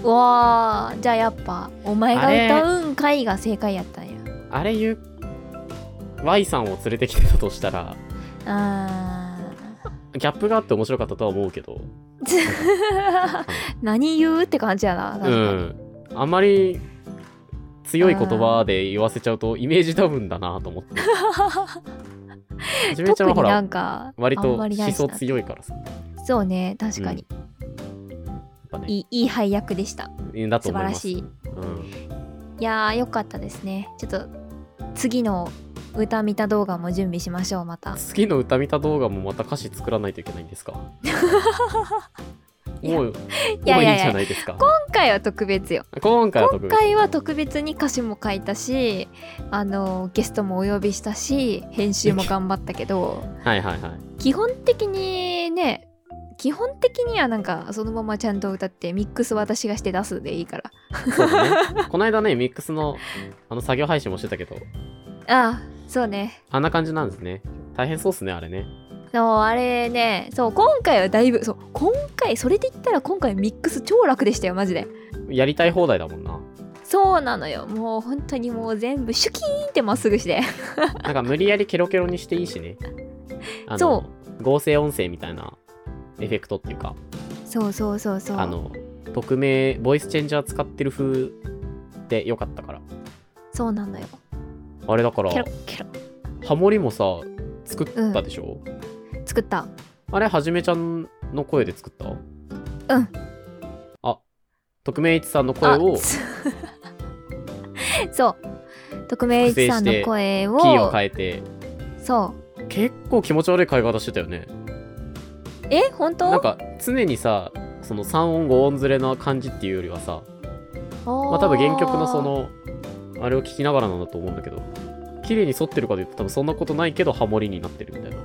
[SPEAKER 2] わあじゃあやっぱ「お前
[SPEAKER 1] あれ
[SPEAKER 2] が歌うんかい」が正解やったんや
[SPEAKER 1] あれ言う Y さんを連れてきてたとしたら
[SPEAKER 2] あ
[SPEAKER 1] ギャップがあって面白かったとは思うけど
[SPEAKER 2] ー何言うって感じやな確か
[SPEAKER 1] う
[SPEAKER 2] に、
[SPEAKER 1] んあんまり強い言葉で言わせちゃうとイメージダウンだなと思って
[SPEAKER 2] *laughs*
[SPEAKER 1] はじめちゃん
[SPEAKER 2] 特
[SPEAKER 1] はほ
[SPEAKER 2] にな
[SPEAKER 1] ら
[SPEAKER 2] んか
[SPEAKER 1] 割と
[SPEAKER 2] あんま
[SPEAKER 1] 思
[SPEAKER 2] りないしな
[SPEAKER 1] 想強いからさやっ
[SPEAKER 2] そうね確かに、
[SPEAKER 1] ぱね
[SPEAKER 2] いいいい配役でした
[SPEAKER 1] だと思
[SPEAKER 2] 素晴
[SPEAKER 1] いま
[SPEAKER 2] ら
[SPEAKER 1] す
[SPEAKER 2] しい
[SPEAKER 1] うん、
[SPEAKER 2] いやーよかったですねちょっと次の歌見た動画も準備しましょうまた *laughs*
[SPEAKER 1] 次の歌見た動画もまた歌詞作らないといけないんですかもう、
[SPEAKER 2] いや
[SPEAKER 1] も
[SPEAKER 2] いや
[SPEAKER 1] うい
[SPEAKER 2] い
[SPEAKER 1] いじゃ
[SPEAKER 2] や
[SPEAKER 1] ないですか。
[SPEAKER 2] 今回は特別よ
[SPEAKER 1] 今回は特
[SPEAKER 2] 今
[SPEAKER 1] 別。
[SPEAKER 2] 回は特別に歌詞も書いたしあのゲストもお呼びしたし編集も頑張ったけど
[SPEAKER 1] はいはいはい。
[SPEAKER 2] 基本的にね基本的にはなんかそのままちゃんと歌ってミックス私がして出すでいいから
[SPEAKER 1] そうだね。この間ね、ミックスのあの作業配信もしてたけど、
[SPEAKER 2] ああそうね
[SPEAKER 1] あんな感じなんですね。大変そうっすね、あれね。
[SPEAKER 2] のあれねそう今回はだいぶそう今回それで言ったら今回ミックス超楽でしたよマジで
[SPEAKER 1] やりたい放題だもんな。
[SPEAKER 2] そうなのよもう本当にもう全部シュキーンってまっすぐして
[SPEAKER 1] なんか無理やりケロケロにしていいしね。あの
[SPEAKER 2] そ
[SPEAKER 1] 合成音声みたいなエフェクトっていうか、
[SPEAKER 2] そうそうそうそう
[SPEAKER 1] あの、匿名、ボイスチェンジャー使ってる風でよかったから。
[SPEAKER 2] そうなのよ
[SPEAKER 1] あれだから
[SPEAKER 2] ケ、ロケロ
[SPEAKER 1] ハモリもさ、作ったでしょ、
[SPEAKER 2] 作った
[SPEAKER 1] あれ、はじめちゃんの声で作った
[SPEAKER 2] うん
[SPEAKER 1] あ、匿名一さんの声を
[SPEAKER 2] あつ *laughs* そう匿名一さんの声を
[SPEAKER 1] キーを変えて、
[SPEAKER 2] そ
[SPEAKER 1] 結構気持ち悪い変え方してたよね。
[SPEAKER 2] うえ本当
[SPEAKER 1] なんか、常にさ、その3音5音ずれな感じっていうよりはさ、まあ多分原曲のそのあれを聞きながらなんだと思うんだけど綺麗に沿ってるかというと多分そんなことないけどハモリになってるみたいな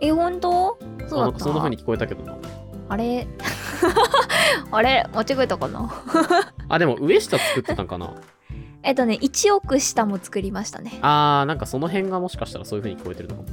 [SPEAKER 2] え本当そう
[SPEAKER 1] あな
[SPEAKER 2] だっ
[SPEAKER 1] ん
[SPEAKER 2] た
[SPEAKER 1] かそんな風に聞こえたけどな
[SPEAKER 2] あれ *laughs* あれ間違えたかな
[SPEAKER 1] あでも上下作ってたんかな
[SPEAKER 2] えっとね1億下も作りましたね
[SPEAKER 1] あーなんかその辺がもしかしたらそういう風に聞こえてるのかも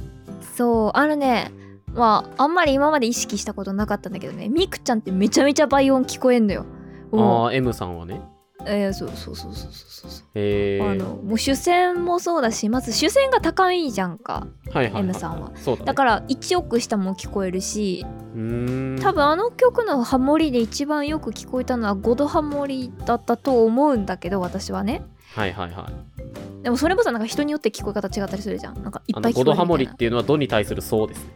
[SPEAKER 2] そうあのねまああんまり今まで意識したことなかったんだけどねみくちゃんってめちゃめちゃ倍音聞こえんのよも
[SPEAKER 1] あー M さんはね
[SPEAKER 2] うえーそうそうそうそうそうそう
[SPEAKER 1] へえ
[SPEAKER 2] あのもう主戦もそうだしまず主戦が高いじゃんか
[SPEAKER 1] はいはいはい、
[SPEAKER 2] M さんは
[SPEAKER 1] そうだ,、ね、
[SPEAKER 2] だから1億下も聞こえるし
[SPEAKER 1] うーん
[SPEAKER 2] 多分あの曲のハモリで一番よく聞こえたのは5度ハモリだったと思うんだけど私はね
[SPEAKER 1] はいはいはい
[SPEAKER 2] でもそれこそなんか人によって聞こえ方違ったりするじゃんなんかい
[SPEAKER 1] あ
[SPEAKER 2] っぱ
[SPEAKER 1] の
[SPEAKER 2] い聞こ
[SPEAKER 1] ゴ
[SPEAKER 2] えるみたい
[SPEAKER 1] ド
[SPEAKER 2] な
[SPEAKER 1] ハモリっていうのはドに対するそうですね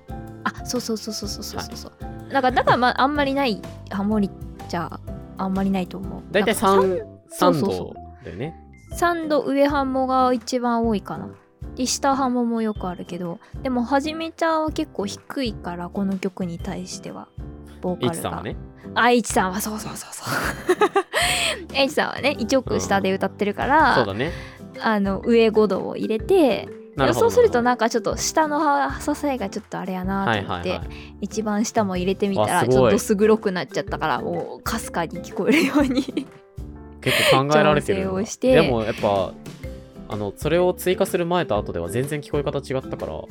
[SPEAKER 2] あそうそうそうそうそうそうそうそう、なんかだからまああんまりないハモリじゃあんまりないと思う
[SPEAKER 1] 大体
[SPEAKER 2] なんか
[SPEAKER 1] 3
[SPEAKER 2] そう
[SPEAKER 1] 三
[SPEAKER 2] そう
[SPEAKER 1] 度
[SPEAKER 2] そ
[SPEAKER 1] だよね
[SPEAKER 2] 三度上ハモが一番多いかなで下ハモもよくあるけどでもはじめちゃんは結構低いからこの曲に対してはボー
[SPEAKER 1] イ
[SPEAKER 2] カ
[SPEAKER 1] チ
[SPEAKER 2] ル
[SPEAKER 1] さん
[SPEAKER 2] が
[SPEAKER 1] はね
[SPEAKER 2] あ、いちさんはそうそうそうそう。 *laughs* エイチさんはね、1億下で歌ってるから、
[SPEAKER 1] そうだね
[SPEAKER 2] あの上5度を入れて、
[SPEAKER 1] なるほど
[SPEAKER 2] そうすると
[SPEAKER 1] な
[SPEAKER 2] なんかちょっと下のは支えがちょっとあれやな
[SPEAKER 1] は
[SPEAKER 2] と
[SPEAKER 1] い
[SPEAKER 2] 思
[SPEAKER 1] は
[SPEAKER 2] っ
[SPEAKER 1] い
[SPEAKER 2] て、
[SPEAKER 1] はい
[SPEAKER 2] 一番下も入れてみた
[SPEAKER 1] わ
[SPEAKER 2] ら、
[SPEAKER 1] す
[SPEAKER 2] ち
[SPEAKER 1] ごい
[SPEAKER 2] ょっとす黒くなっちゃったから、もうかすかに聞こえるように。
[SPEAKER 1] *laughs* 結構考えられてるんだ
[SPEAKER 2] 調整をして
[SPEAKER 1] でもやっぱあのそれを追加する前と後では全然聞こえ方違ったから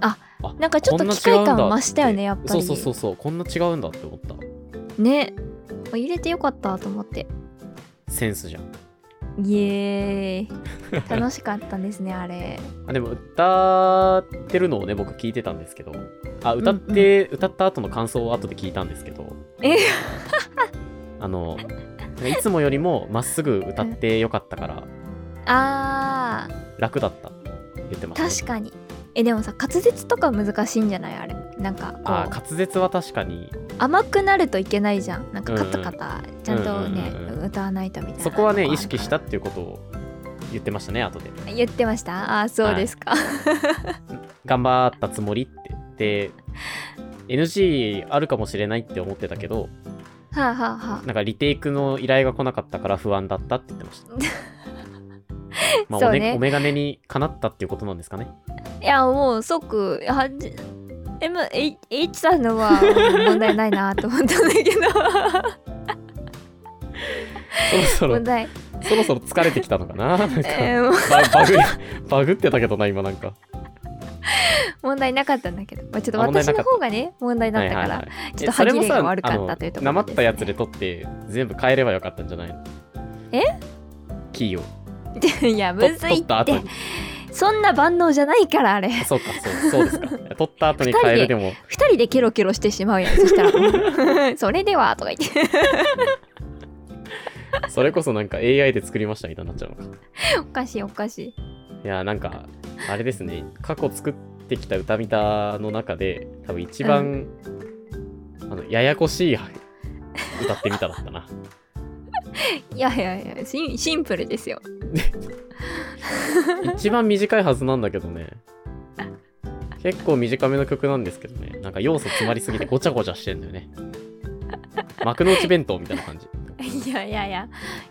[SPEAKER 2] あなんかちょっと
[SPEAKER 1] こな
[SPEAKER 2] 機械感
[SPEAKER 1] 違うんだ
[SPEAKER 2] 増したよねやっぱり
[SPEAKER 1] そうそうそうそうこんな違うんだって思った
[SPEAKER 2] ね、入れてよかったと思って。
[SPEAKER 1] センスじゃん
[SPEAKER 2] イエーイ。楽しかったんですね、あれ。
[SPEAKER 1] あでも歌ってるのをね僕聞いてたんですけどあ歌って、歌った後の感想を後で聞いたんですけど
[SPEAKER 2] え
[SPEAKER 1] *laughs* あのいつもよりもまっすぐ歌ってよかったから
[SPEAKER 2] あー。
[SPEAKER 1] 楽だったって言ってましたね、
[SPEAKER 2] 確かにえでもさ滑舌とか難しいんじゃないあれなんか
[SPEAKER 1] あ
[SPEAKER 2] こう
[SPEAKER 1] 滑舌は確かに
[SPEAKER 2] 甘くなるといけないじゃんなんかカタカタちゃんとね、
[SPEAKER 1] うんうんう
[SPEAKER 2] 歌わないとみたいな
[SPEAKER 1] そこはね
[SPEAKER 2] とあ
[SPEAKER 1] 意
[SPEAKER 2] る
[SPEAKER 1] 識したっていうことを言ってましたね後で
[SPEAKER 2] 言ってましたあーそうですか、
[SPEAKER 1] 頑張ったつもりってで
[SPEAKER 2] *laughs*
[SPEAKER 1] NG あるかもしれないって思ってたけど
[SPEAKER 2] *laughs* はあはあは
[SPEAKER 1] なんかリテイクの依頼が来なかったから不安だったって言ってま
[SPEAKER 2] *laughs*
[SPEAKER 1] したまあ
[SPEAKER 2] そう
[SPEAKER 1] お,、
[SPEAKER 2] ね
[SPEAKER 1] お眼鏡にかなったっていうことなんですか
[SPEAKER 2] *laughs*
[SPEAKER 1] ね
[SPEAKER 2] あいやもう即はじ MH さんのは問題ないなと思ったんだけど
[SPEAKER 1] そろそ
[SPEAKER 2] 問
[SPEAKER 1] ろ *laughs*
[SPEAKER 2] 題、
[SPEAKER 1] そろそろ疲れてきたのかななん *laughs* か、
[SPEAKER 2] えーもう
[SPEAKER 1] ババグりバグってたけどな今なんか
[SPEAKER 2] 問題なかったんだけど、まあ、ちょっと
[SPEAKER 1] あ問題
[SPEAKER 2] 私
[SPEAKER 1] なか
[SPEAKER 2] の
[SPEAKER 1] った
[SPEAKER 2] 方がね問題だったから、
[SPEAKER 1] い
[SPEAKER 2] ち
[SPEAKER 1] え
[SPEAKER 2] ょっ
[SPEAKER 1] そ
[SPEAKER 2] と歯
[SPEAKER 1] れ
[SPEAKER 2] 切
[SPEAKER 1] も
[SPEAKER 2] れが
[SPEAKER 1] さ
[SPEAKER 2] 悪かったというとこ
[SPEAKER 1] なま
[SPEAKER 2] ろ
[SPEAKER 1] っ
[SPEAKER 2] です、
[SPEAKER 1] た
[SPEAKER 2] ね、
[SPEAKER 1] やつで撮って全部変えればよかったんじゃないのキーを
[SPEAKER 2] *laughs* いやむ
[SPEAKER 1] と
[SPEAKER 2] ずい
[SPEAKER 1] 撮った
[SPEAKER 2] っ
[SPEAKER 1] 後
[SPEAKER 2] て
[SPEAKER 1] に
[SPEAKER 2] *laughs* そんな万能じゃないからあれ
[SPEAKER 1] そうかそうそうですか撮った後に変えるでも
[SPEAKER 2] 二人でケロケロしてしまうやんそしたら *laughs* うん「それでは」とか言って
[SPEAKER 1] それこそなんか AI で作りましたみたいになっちゃうのか。
[SPEAKER 2] おかしいおかしい
[SPEAKER 1] いやーなんかあれですね過去作ってきた歌見たの中で多分一番、あのややこしいはい歌ってみただった
[SPEAKER 2] *laughs*
[SPEAKER 1] な。
[SPEAKER 2] いやいやいやシンシンプルですよ
[SPEAKER 1] 一番短いはずなんだけどね。結構短めの曲なんですけどね。なんか要素詰まりすぎてごちゃごちゃしてんだよね。幕の内弁当みたいな感じ。
[SPEAKER 2] いやいやいや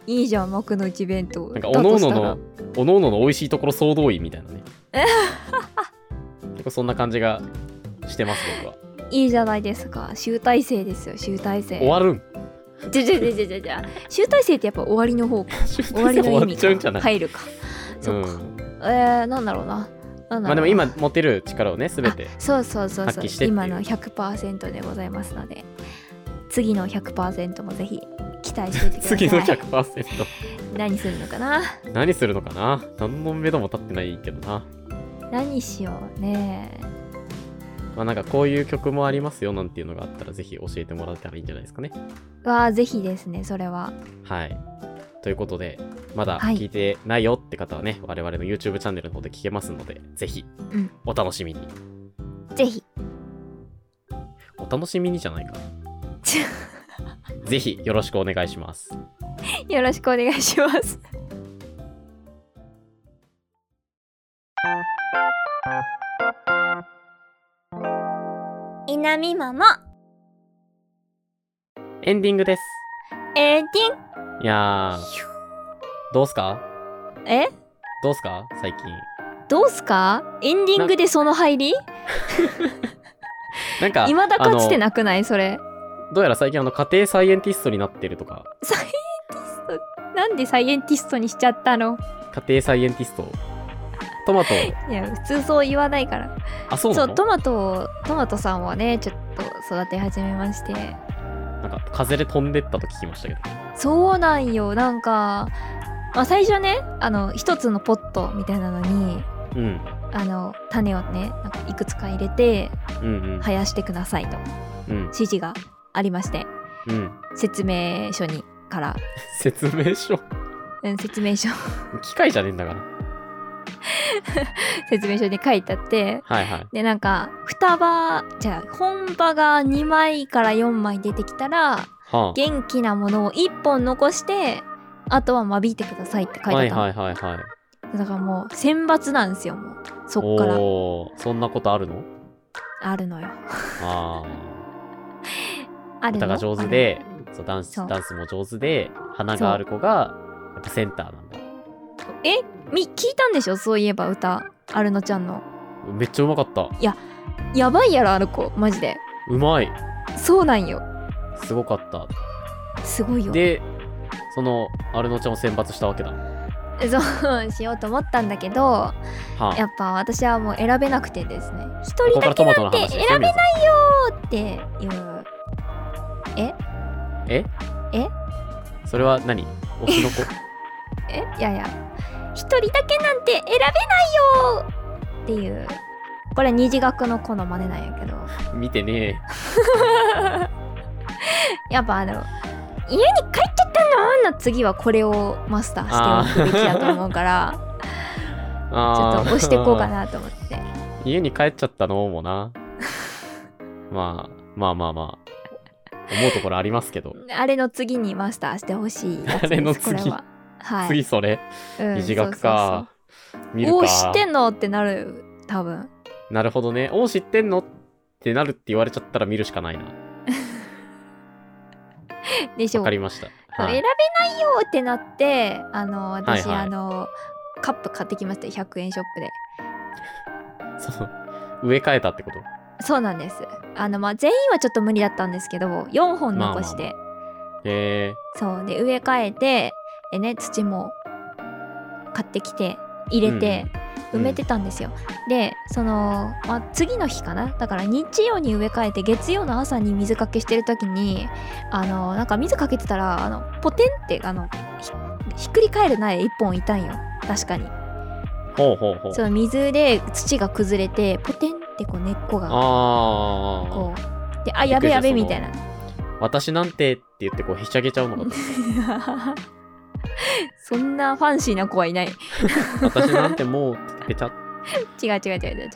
[SPEAKER 2] いいじゃん幕の内弁当
[SPEAKER 1] なんか、
[SPEAKER 2] だ
[SPEAKER 1] おの
[SPEAKER 2] と
[SPEAKER 1] お
[SPEAKER 2] し
[SPEAKER 1] の
[SPEAKER 2] たら
[SPEAKER 1] の、おのおのの美味しいところ総動員みたいな
[SPEAKER 2] *laughs*
[SPEAKER 1] ね。結構そんな感じがしてます、僕は。
[SPEAKER 2] いいじゃないですか集大成ですよ集大成
[SPEAKER 1] 終わるん。 *laughs*
[SPEAKER 2] じゃじゃじゃじゃじゃじゃ集大成ってやっぱ終わり
[SPEAKER 1] *laughs*
[SPEAKER 2] の方か終わりの
[SPEAKER 1] 終わ
[SPEAKER 2] 意
[SPEAKER 1] っちゃうん
[SPEAKER 2] 味
[SPEAKER 1] じゃな
[SPEAKER 2] か
[SPEAKER 1] い
[SPEAKER 2] 入るかそうか、
[SPEAKER 1] ん、
[SPEAKER 2] えー、なんだろうななんだろうな
[SPEAKER 1] まあでも今持ってる力をね、すべて
[SPEAKER 2] あ。そうそうそう
[SPEAKER 1] 発
[SPEAKER 2] そう
[SPEAKER 1] 揮してっていう
[SPEAKER 2] 今の100%でございますので次の100%もぜひ期待していてくださ
[SPEAKER 1] *laughs*
[SPEAKER 2] い
[SPEAKER 1] 次の100%。
[SPEAKER 2] 何するのかな
[SPEAKER 1] 何するのかな何の目処も立ってないけどな。
[SPEAKER 2] 何しようね
[SPEAKER 1] まあなんかこういう曲もありますよなんていうのがあったらぜひ教えてもらったらいいんじゃないですかね。
[SPEAKER 2] わあぜひですねそれは
[SPEAKER 1] はい。ということで、まだ
[SPEAKER 2] はい
[SPEAKER 1] 聞いてないよって方はね、我々の YouTube チャンネルの方で聞けますので、ぜひ
[SPEAKER 2] うん、
[SPEAKER 1] お楽しみに。
[SPEAKER 3] *laughs*
[SPEAKER 2] ぜひ
[SPEAKER 1] お楽しみにじゃない
[SPEAKER 2] *laughs*
[SPEAKER 1] か
[SPEAKER 2] ちょ
[SPEAKER 1] な。ぜひよろしくお願いします。
[SPEAKER 2] よろしくお願いします
[SPEAKER 3] いなみまも
[SPEAKER 1] エンディングです。
[SPEAKER 3] エンディン
[SPEAKER 1] いやー、どうすか
[SPEAKER 2] え
[SPEAKER 1] どうすか最近。
[SPEAKER 2] どうすかエンディングでその入り
[SPEAKER 1] なんか、
[SPEAKER 2] いまだかつて
[SPEAKER 1] あ
[SPEAKER 2] なくないそれ
[SPEAKER 1] のどうやら最近あの家庭サイエンティストになってるとか、
[SPEAKER 2] サイエンティストなんでサイエンティストにしちゃったの
[SPEAKER 1] 家庭サイエンティスト。トマト、
[SPEAKER 2] いや普通そう言わないから
[SPEAKER 1] あ、そう
[SPEAKER 2] そ
[SPEAKER 1] な
[SPEAKER 2] う
[SPEAKER 1] の
[SPEAKER 2] トマトをトマトさんはねちょっと育て始めまして
[SPEAKER 1] なんか風で飛んでったと聞きましたけど。
[SPEAKER 2] そうなんよなんか、まあ、最初ねあの一つのポットみたいなのに
[SPEAKER 1] うん。
[SPEAKER 2] あの種をねなんかいくつか入れて
[SPEAKER 1] うんうん。
[SPEAKER 2] 生やしてくださいと
[SPEAKER 1] うん。
[SPEAKER 2] 指示がありまして
[SPEAKER 1] うん。 *laughs*
[SPEAKER 2] 説明書にから、
[SPEAKER 1] 説明書。
[SPEAKER 2] うん、説明書 *laughs*
[SPEAKER 1] 機械じゃねえんだから。
[SPEAKER 2] 説明書に書いてあって
[SPEAKER 1] はいはい。
[SPEAKER 2] でなんか双葉じゃあ本葉が2枚から4枚出てきたら
[SPEAKER 1] は
[SPEAKER 2] 元気なものを1本残してあとは間引いてくださいって
[SPEAKER 1] あ。
[SPEAKER 2] 書い
[SPEAKER 1] は
[SPEAKER 2] てあっ
[SPEAKER 1] い
[SPEAKER 2] たの、
[SPEAKER 1] はいはいはい。
[SPEAKER 2] だからもう選抜なんですよもうそっから
[SPEAKER 1] おおー、そんなことあるの
[SPEAKER 2] あるのよ
[SPEAKER 1] あ
[SPEAKER 2] あ
[SPEAKER 1] あ。
[SPEAKER 2] る
[SPEAKER 1] 歌
[SPEAKER 2] の
[SPEAKER 1] が上手で
[SPEAKER 2] ある、
[SPEAKER 1] そうダンス
[SPEAKER 2] そう
[SPEAKER 1] ダンスも上手で、花がある子が、やっぱセンターなんだ。
[SPEAKER 2] のみ聞いたんでしょそういえば歌アルノちゃんの
[SPEAKER 1] めっちゃうまかった。
[SPEAKER 2] やばいやろあの子マジで
[SPEAKER 1] うまい。
[SPEAKER 2] そうなんよ
[SPEAKER 1] すごかった。
[SPEAKER 2] すごいよ
[SPEAKER 1] で、その、アルノちゃんを選抜したわけだ。
[SPEAKER 2] そうしようと思ったんだけど
[SPEAKER 1] は
[SPEAKER 2] やっぱ私はもう選べなくてですね一
[SPEAKER 1] こ
[SPEAKER 2] 人
[SPEAKER 1] こか
[SPEAKER 2] だ
[SPEAKER 1] らト
[SPEAKER 2] け
[SPEAKER 1] マトの
[SPEAKER 2] なんて
[SPEAKER 1] 話です
[SPEAKER 2] 選
[SPEAKER 1] よ、
[SPEAKER 2] べ
[SPEAKER 1] 皆
[SPEAKER 2] ない
[SPEAKER 1] さん。
[SPEAKER 2] っていう
[SPEAKER 1] それは
[SPEAKER 2] *laughs*
[SPEAKER 1] 何推しの子
[SPEAKER 2] えいやいや一人だけなんて選べないよっていうこれ二次学の子の真似なんやけど
[SPEAKER 1] 見てね
[SPEAKER 2] やっぱあの家に帰っちゃったのの次はこれをマスターしておくべきだと思うから
[SPEAKER 1] え。ち
[SPEAKER 2] ちょっと
[SPEAKER 1] ょ。
[SPEAKER 2] 押していこうかなと思って
[SPEAKER 1] *laughs* 家に帰っちゃったのもな。まあ、まあまあまあ。思うところありますけど。
[SPEAKER 2] あれの次にマスターしてほしいやつです
[SPEAKER 1] あれの次
[SPEAKER 2] これははい
[SPEAKER 1] 次それ、
[SPEAKER 2] うん
[SPEAKER 1] 二次学か。
[SPEAKER 2] そう
[SPEAKER 1] 見
[SPEAKER 2] そうそ
[SPEAKER 1] る
[SPEAKER 2] うお
[SPEAKER 1] か。
[SPEAKER 2] 知ってんのってなるよ多分
[SPEAKER 1] なるほどね。お知ってんのってなるって言われちゃったら見るしかないな。
[SPEAKER 2] でしょ
[SPEAKER 1] わ
[SPEAKER 2] う
[SPEAKER 1] かりました。
[SPEAKER 2] そう
[SPEAKER 1] は
[SPEAKER 2] 選
[SPEAKER 1] い。
[SPEAKER 2] べないよってなってあの私、
[SPEAKER 1] はいはい
[SPEAKER 2] あのカップ買ってきました100円ショップで
[SPEAKER 1] その、植え替えたってこと
[SPEAKER 2] そうなんですあのまあ全員はちょっと無理だったんですけど4本残して、
[SPEAKER 1] へえ。
[SPEAKER 2] そうで植え替えてでね土も買ってきて入れて
[SPEAKER 1] うん
[SPEAKER 2] 埋めてたんですよ、でその、まあ、次の日かなだから日曜に植え替えて月曜の朝に水かけしてる時にあのなんか水かけてたらあのポテンってあのひひっくり返る苗1本いたんよ確かに
[SPEAKER 1] ほうほうほう。
[SPEAKER 2] その水で土が崩れてポテンってこう根っこが
[SPEAKER 1] あ
[SPEAKER 2] こうであやべやべみたいな
[SPEAKER 1] あ。私なんてって言ってこう、へしゃげちゃうの
[SPEAKER 2] *laughs*
[SPEAKER 1] かと。
[SPEAKER 2] そんなファンシーな子はいない違
[SPEAKER 1] 私なんてもうってペチャッ、
[SPEAKER 2] う違う違う違う違う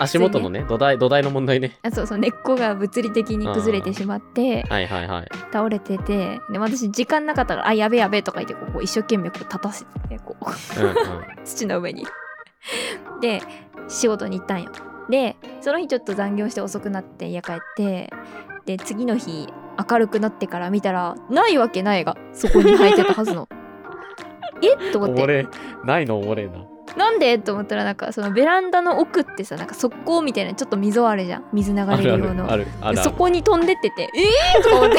[SPEAKER 1] 足元のね、土台、土台の問題ね。
[SPEAKER 2] あそうそう根っこが物理的に崩れてしまって
[SPEAKER 1] はいはいはい。
[SPEAKER 2] 倒れててで私時間なかったから「あやべやべ」とか言ってこう一生懸命こう立たせてねこう *laughs*
[SPEAKER 1] うんうん。
[SPEAKER 2] 土の上に。 *laughs* で仕事に行ったんよ。でその日ちょっと残業して遅くなって家帰ってで次の日明るくなってから見たらないわけないがそこに履いてたはずの *laughs* えっと
[SPEAKER 1] お
[SPEAKER 2] 思
[SPEAKER 1] も
[SPEAKER 2] って
[SPEAKER 1] れえないのおもれえな
[SPEAKER 2] なんでと思ったらなんかそのベランダの奥ってさなんか側溝みたいなちょっと溝あるじゃん水流
[SPEAKER 1] あ
[SPEAKER 2] れ
[SPEAKER 1] るあ
[SPEAKER 2] る
[SPEAKER 1] る
[SPEAKER 2] 用の
[SPEAKER 1] あるあるあ
[SPEAKER 2] そ
[SPEAKER 1] る
[SPEAKER 2] こに飛んでっててえー、とか思っ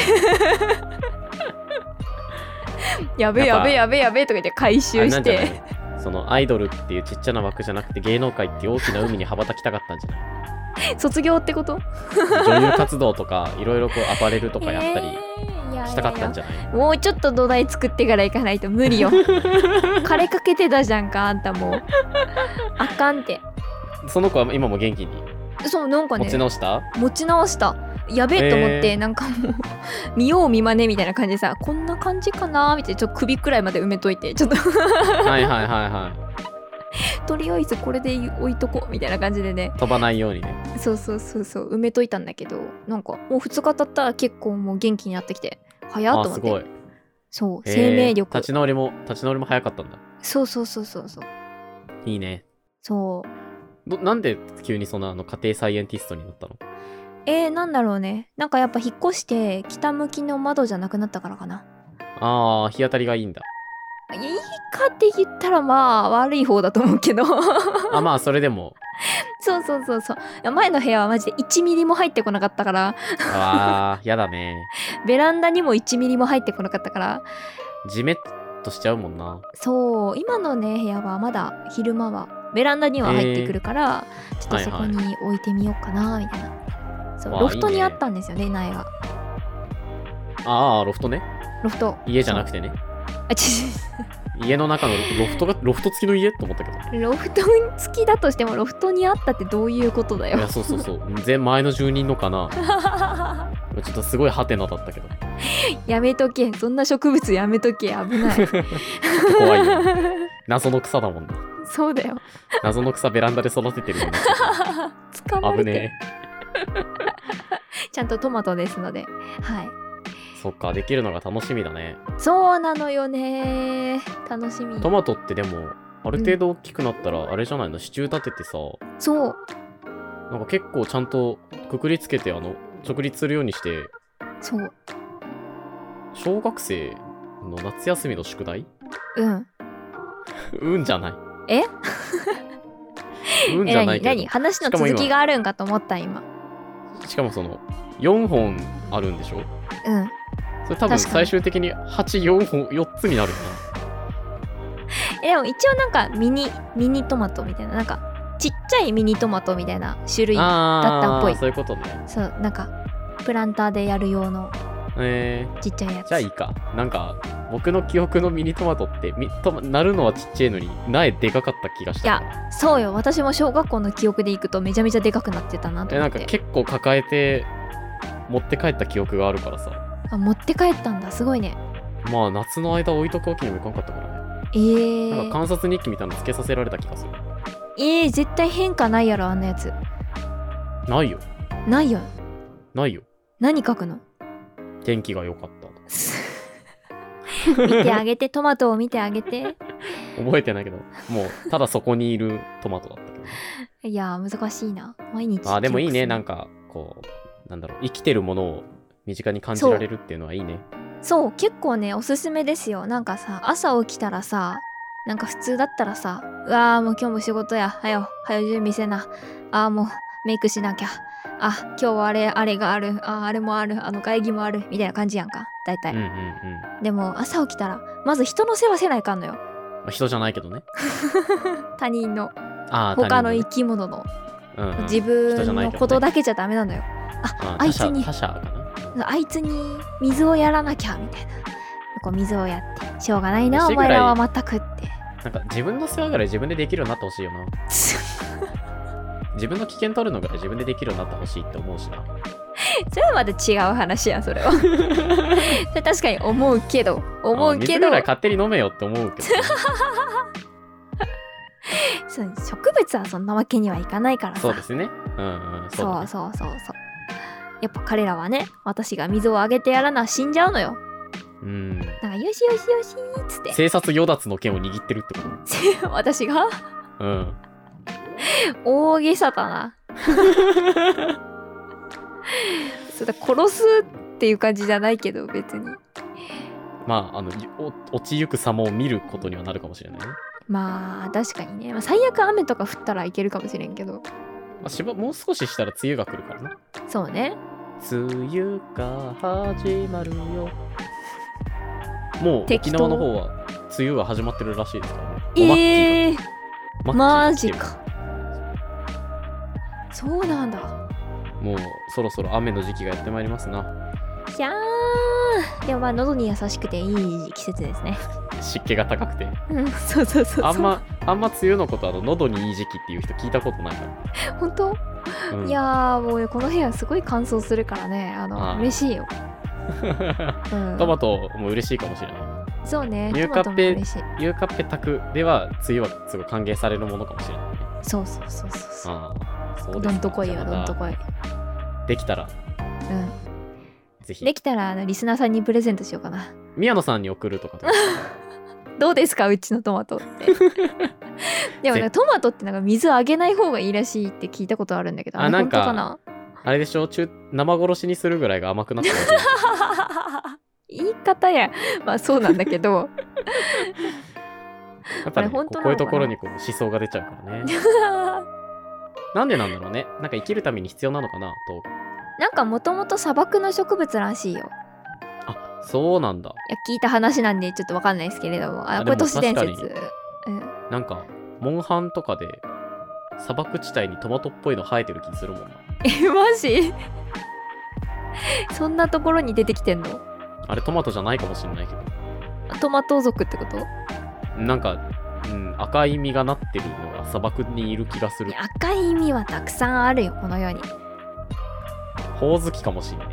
[SPEAKER 2] て
[SPEAKER 1] *laughs*
[SPEAKER 2] やべえ
[SPEAKER 1] やっ
[SPEAKER 2] や
[SPEAKER 1] ぱ
[SPEAKER 2] べえやべえやべえとか言って回
[SPEAKER 1] あれ
[SPEAKER 2] 収
[SPEAKER 1] な
[SPEAKER 2] し
[SPEAKER 1] んじゃ
[SPEAKER 2] て
[SPEAKER 1] ないそのアイドルっていうちっちゃな枠じゃなくて芸能界っていう大きな海に羽ばたきたかったんじゃない
[SPEAKER 2] 卒業ってこと
[SPEAKER 1] 女優活動とかいろいろこうアパレルとかやったりしたかったんじ
[SPEAKER 2] じ
[SPEAKER 1] ゃない,、
[SPEAKER 2] ゃもうちょっと土台作ってから行かないと無
[SPEAKER 1] *laughs*
[SPEAKER 2] 理よ枯れかけてたじゃんかあんたもうあかんって
[SPEAKER 1] その子は今も元気に
[SPEAKER 2] そうなんか
[SPEAKER 1] 持
[SPEAKER 2] ね
[SPEAKER 1] ち直した
[SPEAKER 2] 持ち直したやべえと思って、
[SPEAKER 1] えー
[SPEAKER 2] なんかもう見よう見まねみたいな感じでさこんな感じかなーみたいなちょっと首くらいまで埋めといてちょっと *laughs*
[SPEAKER 1] はいはいはいは
[SPEAKER 2] とりあえずこれで置いとこうみたいな感じでね
[SPEAKER 1] い飛ばないようにね
[SPEAKER 2] そうそうそうそう埋めといたんだけどなんかもう2日経ったら結構もう元気になってきて早っと
[SPEAKER 1] あ
[SPEAKER 2] 思っ
[SPEAKER 1] す
[SPEAKER 2] て
[SPEAKER 1] ごい
[SPEAKER 2] そう
[SPEAKER 1] へー
[SPEAKER 2] 生命力
[SPEAKER 1] 立ち直りも立ち直りも早かったんだ
[SPEAKER 2] そうそうそうそうそう
[SPEAKER 1] いいね
[SPEAKER 2] そう
[SPEAKER 1] どなんで急にそんなあの家庭サイエンティストになったの
[SPEAKER 2] えー、なんだろうねなんかやっぱ引っ越して北向きの窓じゃなくなったからかな
[SPEAKER 1] ああ日当たりがいいんだ
[SPEAKER 2] いいかって言ったらまあ悪い方だと思うけど *laughs* そ
[SPEAKER 1] あまあそれでも
[SPEAKER 2] うそうそうそういや前の部屋はマジで1ミリも入ってこなかったから
[SPEAKER 1] あ *laughs* ーやだね
[SPEAKER 2] ベランダにも1ミリも入ってこなかったから
[SPEAKER 1] じめっとしちゃうもんな
[SPEAKER 2] そう今のね部屋はまだ昼間はベランダには入ってくるから、ちょっとそこに置いてみようかなみたいな、そう
[SPEAKER 1] わあ
[SPEAKER 2] ロフト
[SPEAKER 1] いい
[SPEAKER 2] に
[SPEAKER 1] ね
[SPEAKER 2] あったんですよね苗が
[SPEAKER 1] ああロフトね
[SPEAKER 2] ロフト
[SPEAKER 1] 家じゃなくてね
[SPEAKER 2] あち
[SPEAKER 1] 家の中のロフトがロフト付きの家と思ったけど
[SPEAKER 2] ロフト付きだとしてもロフトにあったってどういうことだ
[SPEAKER 1] い
[SPEAKER 2] よ
[SPEAKER 1] やそうそうそう前前の住人のかなちょっとすごいハテナだったけど
[SPEAKER 2] *laughs* やめとけそんな植物やめとけ危ない
[SPEAKER 1] *laughs* 怖い *laughs* よ謎の草だもんな
[SPEAKER 2] *laughs* そうだよ
[SPEAKER 1] 謎の草ベランダで育ててるよね
[SPEAKER 2] 捕ま
[SPEAKER 1] *laughs*
[SPEAKER 2] れ
[SPEAKER 1] 危
[SPEAKER 2] て、
[SPEAKER 1] ね
[SPEAKER 2] ちゃんとトマトですのではい
[SPEAKER 1] えそっかできるのが楽しみだね
[SPEAKER 2] そうなのよね楽しみ
[SPEAKER 1] トマトってでもある程度大きくなったらあれじゃないの支柱立ててさ
[SPEAKER 2] そう
[SPEAKER 1] なんか結構ちゃんとくくりつけてあの直立するようにして
[SPEAKER 2] そう
[SPEAKER 1] 小学生の夏休みの宿題 *laughs*
[SPEAKER 2] うん
[SPEAKER 1] うんじゃない
[SPEAKER 2] え
[SPEAKER 1] *laughs* うん
[SPEAKER 2] え
[SPEAKER 1] じゃな
[SPEAKER 2] 何
[SPEAKER 1] いけど
[SPEAKER 2] 何話の
[SPEAKER 1] しかも今
[SPEAKER 2] 続きがあるんかと思った今
[SPEAKER 1] しかもその4本あるんでしょ
[SPEAKER 2] うん
[SPEAKER 1] それ多分
[SPEAKER 2] 確かに
[SPEAKER 1] 最終的に84本4つになるよな
[SPEAKER 2] えでも一応なんかミニミニトマトみたいななんかちっちゃいミニトマトみたいな種類だったっぽい
[SPEAKER 1] あーそういうことね
[SPEAKER 2] そうなんかプランターでやる用の
[SPEAKER 1] え
[SPEAKER 2] ちっちゃいや
[SPEAKER 1] ー、
[SPEAKER 2] つ
[SPEAKER 1] じゃあいいかなんか僕の記憶のミニトマトってみとなるのはちっちゃいのに苗でかかった気がしたから
[SPEAKER 2] そうよ私も小学校の記憶で行くとめちゃめちゃでかくなってたなと
[SPEAKER 1] え
[SPEAKER 2] 思
[SPEAKER 1] な
[SPEAKER 2] っ
[SPEAKER 1] んか
[SPEAKER 2] て
[SPEAKER 1] 結構抱えて持って帰った記憶があるからさ
[SPEAKER 2] あ持って帰ったんだすごいね
[SPEAKER 1] まあ夏の間置いとくわけにもいかんかったからね
[SPEAKER 2] えー
[SPEAKER 1] なんか観察日記みたいなのつけさせられた気がする
[SPEAKER 2] えー、絶対変化ないやろあんなやつ
[SPEAKER 1] ないよ
[SPEAKER 2] ないよ
[SPEAKER 1] ないよ
[SPEAKER 2] 何書くの *laughs*
[SPEAKER 1] 天気が良かった
[SPEAKER 2] 見てあげてトマトを見てあげて
[SPEAKER 1] 覚えてないけどもうただそこにいるトマトだった
[SPEAKER 2] *laughs*
[SPEAKER 1] けど
[SPEAKER 2] いやー難しいな毎日
[SPEAKER 1] あーでもいいねなん
[SPEAKER 2] か
[SPEAKER 1] かこうなんだろう生きてるものを身近に感じられるっていうのはいいね
[SPEAKER 2] そう結構ねおすすめですよなんかさ朝起きたらさなんか普通だったらさうわーもう今日も仕事やはよはよ準備せなあーもうメイクしなきゃあ今日はあれあれがあるあーあれもあるあの会議もあるみたいな感じやんか大
[SPEAKER 1] う
[SPEAKER 2] 体、
[SPEAKER 1] んうんうん
[SPEAKER 2] でも朝起きたらまず人の世話せないかんのよ *laughs*
[SPEAKER 1] まあ人じゃないけどね
[SPEAKER 2] 他人の
[SPEAKER 1] ああ
[SPEAKER 2] 他の生き物の自
[SPEAKER 1] 人じゃ
[SPEAKER 2] 分
[SPEAKER 1] ないけどね
[SPEAKER 2] のことだけじゃダメなのよああいつに
[SPEAKER 1] 他者かな
[SPEAKER 2] あいつに水をやらなきゃみたいなこう水をやってしょうがないなお
[SPEAKER 1] 虫ぐら
[SPEAKER 2] 前
[SPEAKER 1] い
[SPEAKER 2] らは全くって
[SPEAKER 1] なんか自分の世話ぐらい自分でできるようになってほしいよな自分の危険取るのぐらい自分でできるようになってほしいって思うしな
[SPEAKER 2] それはまた違う話や *laughs* それはそれ確かに思うけど思
[SPEAKER 1] あ
[SPEAKER 2] うけど
[SPEAKER 1] ー水ぐらい勝手に飲めよって思うけど
[SPEAKER 2] *laughs*
[SPEAKER 1] ね
[SPEAKER 2] そう植物はそんなわけにはいかないからさ
[SPEAKER 1] そうですねうんうんそうだ
[SPEAKER 2] そ
[SPEAKER 1] ね
[SPEAKER 2] うそうそうそうやっぱ彼らはね私が水をあげてやらな死んじゃうのよ
[SPEAKER 1] うん
[SPEAKER 2] なんかよしよしよしーっつって
[SPEAKER 1] 生殺与奪の剣を握ってるってこ
[SPEAKER 2] *laughs* 私が
[SPEAKER 1] とうん *laughs*
[SPEAKER 2] 大げさだなそうだ殺すっっていう感じじゃないけど別に
[SPEAKER 1] まあ、あの、お落ちゆく様を見ることにはなるかもしれないね。
[SPEAKER 2] まあ確かにね、まあ、最悪雨とか降ったらいけるかもしれんけど
[SPEAKER 1] まあ、しばもう少ししたら梅雨が来るからな。
[SPEAKER 2] そうね
[SPEAKER 1] 梅雨が始まるよ。もう
[SPEAKER 2] 適
[SPEAKER 1] 沖
[SPEAKER 2] 当
[SPEAKER 1] 縄の方は梅雨が始まってるらしいですからね。おマッキー
[SPEAKER 2] ええ
[SPEAKER 1] が
[SPEAKER 2] マ
[SPEAKER 1] マッキ
[SPEAKER 2] ジ
[SPEAKER 1] ーが
[SPEAKER 2] かそうなんだ
[SPEAKER 1] もうそろそろ雨の時期がやってまいりますな。
[SPEAKER 2] いやーでもまあ喉に優しくていい季節ですね
[SPEAKER 1] 湿気が高くて。
[SPEAKER 2] うん *laughs* そうそうそうそう
[SPEAKER 1] あんま、あんま梅雨のことあの喉にいい時期っていう人聞いたことないから。
[SPEAKER 2] 本当、
[SPEAKER 1] うん
[SPEAKER 2] いやーもうねこの部屋すごい乾燥するからねあの
[SPEAKER 1] あー
[SPEAKER 2] 嬉しいよ、うん、
[SPEAKER 1] *laughs* トマトも嬉しいかもしれない。
[SPEAKER 2] そうね
[SPEAKER 1] ニュ
[SPEAKER 2] ト
[SPEAKER 1] ーカ
[SPEAKER 2] マ
[SPEAKER 1] ッ
[SPEAKER 2] トも
[SPEAKER 1] ペ
[SPEAKER 2] 嬉しい
[SPEAKER 1] ゆうかっぺたくでは梅雨はすごい歓迎されるものかもしれないね。
[SPEAKER 2] そうそうそうそうそう
[SPEAKER 1] ああ、そうです
[SPEAKER 2] ど
[SPEAKER 1] か
[SPEAKER 2] んとこい
[SPEAKER 1] じゃ
[SPEAKER 2] よ
[SPEAKER 1] あま
[SPEAKER 2] どん
[SPEAKER 1] た
[SPEAKER 2] とこい、
[SPEAKER 1] できたら
[SPEAKER 2] うん、
[SPEAKER 1] ぜひ
[SPEAKER 2] できたらあのリスナーさんにプレゼントしようかな
[SPEAKER 1] 宮野さんに送るとかどう
[SPEAKER 2] *laughs* どうですかうちのト
[SPEAKER 1] *laughs*
[SPEAKER 2] マトってでもなんかトマトってなんか水あげない方がいいらしいって聞いたことあるんだけど
[SPEAKER 1] あ
[SPEAKER 2] れ
[SPEAKER 1] なんか
[SPEAKER 2] 本当な
[SPEAKER 1] あれでしょ中生殺しにするぐらいが甘くなってる
[SPEAKER 2] *laughs*
[SPEAKER 1] らしい
[SPEAKER 2] 言い方やまあそうなんだ
[SPEAKER 1] *laughs*
[SPEAKER 2] けど
[SPEAKER 1] やっぱね
[SPEAKER 2] あれ本
[SPEAKER 1] こう
[SPEAKER 2] 当なのかな
[SPEAKER 1] こういうところにこう思想が出ちゃうから
[SPEAKER 2] *laughs*
[SPEAKER 1] ねなんでなんだろうねなんか生きるために必要なのかなと
[SPEAKER 2] なんかもともと砂漠の植物らしいよいや
[SPEAKER 1] あそうなんだ
[SPEAKER 2] 聞いた話なんでちょっとわかんないですけれども
[SPEAKER 1] あ
[SPEAKER 2] あこ
[SPEAKER 1] で
[SPEAKER 2] れ
[SPEAKER 1] も
[SPEAKER 2] 都市伝
[SPEAKER 1] 確か
[SPEAKER 2] 説うん
[SPEAKER 1] なんかモンハンとかで砂漠地帯にトマトっぽいの生えてる気するもんな
[SPEAKER 2] えマジそんなところに出てきてんの
[SPEAKER 1] あれトマトじゃないかもしれないけど
[SPEAKER 2] トマト族ってこと
[SPEAKER 1] なんか、うん、赤い実がなってるのが砂漠にいる気がす
[SPEAKER 2] い
[SPEAKER 1] る
[SPEAKER 2] や赤い意味はたくさんあるよこの世に
[SPEAKER 1] ほおずきかもしんね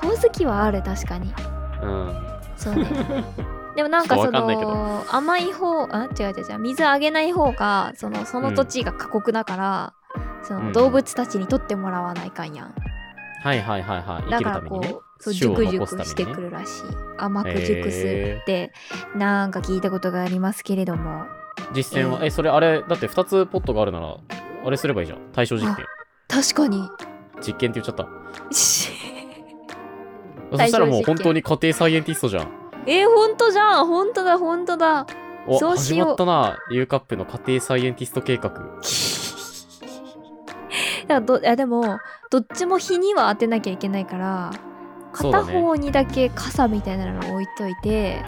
[SPEAKER 2] ほおずきはある確かに
[SPEAKER 1] うん
[SPEAKER 2] そう *laughs* ねでもなんか
[SPEAKER 1] ちょっ
[SPEAKER 2] そ
[SPEAKER 1] とわかんないけ
[SPEAKER 2] の甘い方あ違う違う違う水あげない方がそのその土地が過酷だから、そ
[SPEAKER 1] うん
[SPEAKER 2] の動物たちにとってもらわないかんやん、
[SPEAKER 1] はいはいはいはい生
[SPEAKER 2] だ
[SPEAKER 1] き
[SPEAKER 2] か
[SPEAKER 1] るた
[SPEAKER 2] ら
[SPEAKER 1] めに
[SPEAKER 2] こう,、
[SPEAKER 1] ね
[SPEAKER 2] そう
[SPEAKER 1] 種を
[SPEAKER 2] 熟
[SPEAKER 1] 残す
[SPEAKER 2] 熟して
[SPEAKER 1] ためにね
[SPEAKER 2] くるらしい甘く熟すってなんか聞いたことがありますけれども
[SPEAKER 1] 実践は、
[SPEAKER 2] うん
[SPEAKER 1] えそれあれだって2つポットがあるならあれすればいいじゃん対象実験
[SPEAKER 2] 確かに *laughs*
[SPEAKER 1] 実験って言っちゃったそしたらもう本当に家庭サイエンティストじゃん
[SPEAKER 2] えー、ほんとじゃんほんとだほんとだ
[SPEAKER 1] お
[SPEAKER 2] そうし
[SPEAKER 1] 始
[SPEAKER 2] よう
[SPEAKER 1] まったな U カップの家庭サイエンティスト計画
[SPEAKER 2] だからどいやでもどっちも日には当てなきゃいけないから
[SPEAKER 1] そうだ
[SPEAKER 2] 片
[SPEAKER 1] ね
[SPEAKER 2] 方にだけ傘みたいなのを置いといて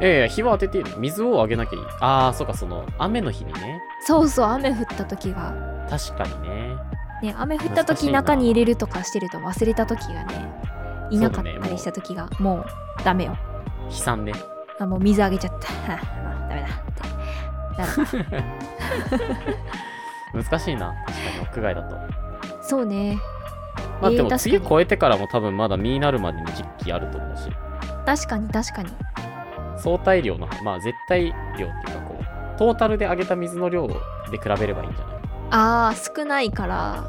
[SPEAKER 1] いやいや日は当てていいの水をあげなきゃいいああそうかその雨の日にね
[SPEAKER 2] そうそう雨降った時が
[SPEAKER 1] 確かにね
[SPEAKER 2] ね雨降った
[SPEAKER 1] 難しい
[SPEAKER 2] 時
[SPEAKER 1] な
[SPEAKER 2] 中に入れるとかしてると忘れた時がねいなか
[SPEAKER 1] そうだ
[SPEAKER 2] った
[SPEAKER 1] ねも
[SPEAKER 2] り
[SPEAKER 1] う
[SPEAKER 2] した時がもうダメよ
[SPEAKER 1] 悲惨ね
[SPEAKER 2] あもう水あげちゃった *laughs* はああダメだってなる
[SPEAKER 1] *laughs*
[SPEAKER 2] か
[SPEAKER 1] 難しいな確かに屋外だと
[SPEAKER 2] らそうね
[SPEAKER 1] まあ
[SPEAKER 2] えー
[SPEAKER 1] でも
[SPEAKER 2] 確かに
[SPEAKER 1] 次超えてからも多分まだ実になるまでの時期あると思うし
[SPEAKER 2] 確かに確かに
[SPEAKER 1] 相対量のまあ絶対量っていうかこうトータルで上げた水の量で比べればいいんじゃない、
[SPEAKER 2] あー少ないから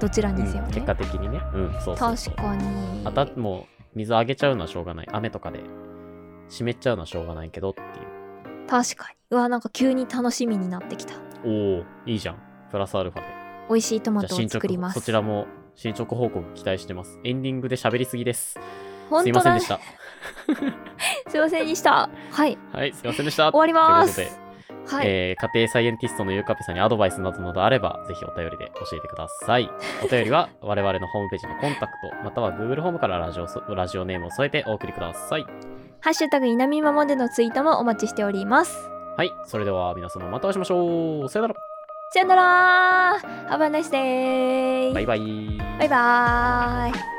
[SPEAKER 2] どちらにせよね、
[SPEAKER 1] 結果的にねうんそうそうそう
[SPEAKER 2] 確かに
[SPEAKER 1] あたもう水あげちゃうのはしょうがない雨とかで湿っちゃうのはしょうがないけどってい
[SPEAKER 2] 確かにうわなんか急に楽しみになってきた
[SPEAKER 1] うおおいいじゃんプラスアルファで
[SPEAKER 2] 美味しいトマトを
[SPEAKER 1] じゃあ進
[SPEAKER 2] 作り
[SPEAKER 1] 捗
[SPEAKER 2] ます
[SPEAKER 1] そちらも進捗報告期待してますエンディングで喋りすぎです
[SPEAKER 2] 本
[SPEAKER 1] すいま
[SPEAKER 2] 当
[SPEAKER 1] せん
[SPEAKER 2] だ
[SPEAKER 1] でした
[SPEAKER 2] すいませんでしたはい
[SPEAKER 1] はいすいませんでした
[SPEAKER 2] 終わります
[SPEAKER 1] ということで
[SPEAKER 2] はい、
[SPEAKER 1] えー家庭サイエンティストのゆうかぺさんにアドバイスなどなどあれば、ぜひお便りで教えてください。お便りは我々のホームページのコンタクト、または Google ホームからラジオそラジオネームを添えてお送りください。
[SPEAKER 2] ハッシュタグいなみままでのツイートもお待ちしております
[SPEAKER 1] はい、それでは皆様またお会いしましょう。さよなら。
[SPEAKER 2] さよなら Have a nice day
[SPEAKER 1] バイバイ。
[SPEAKER 2] バイバーイ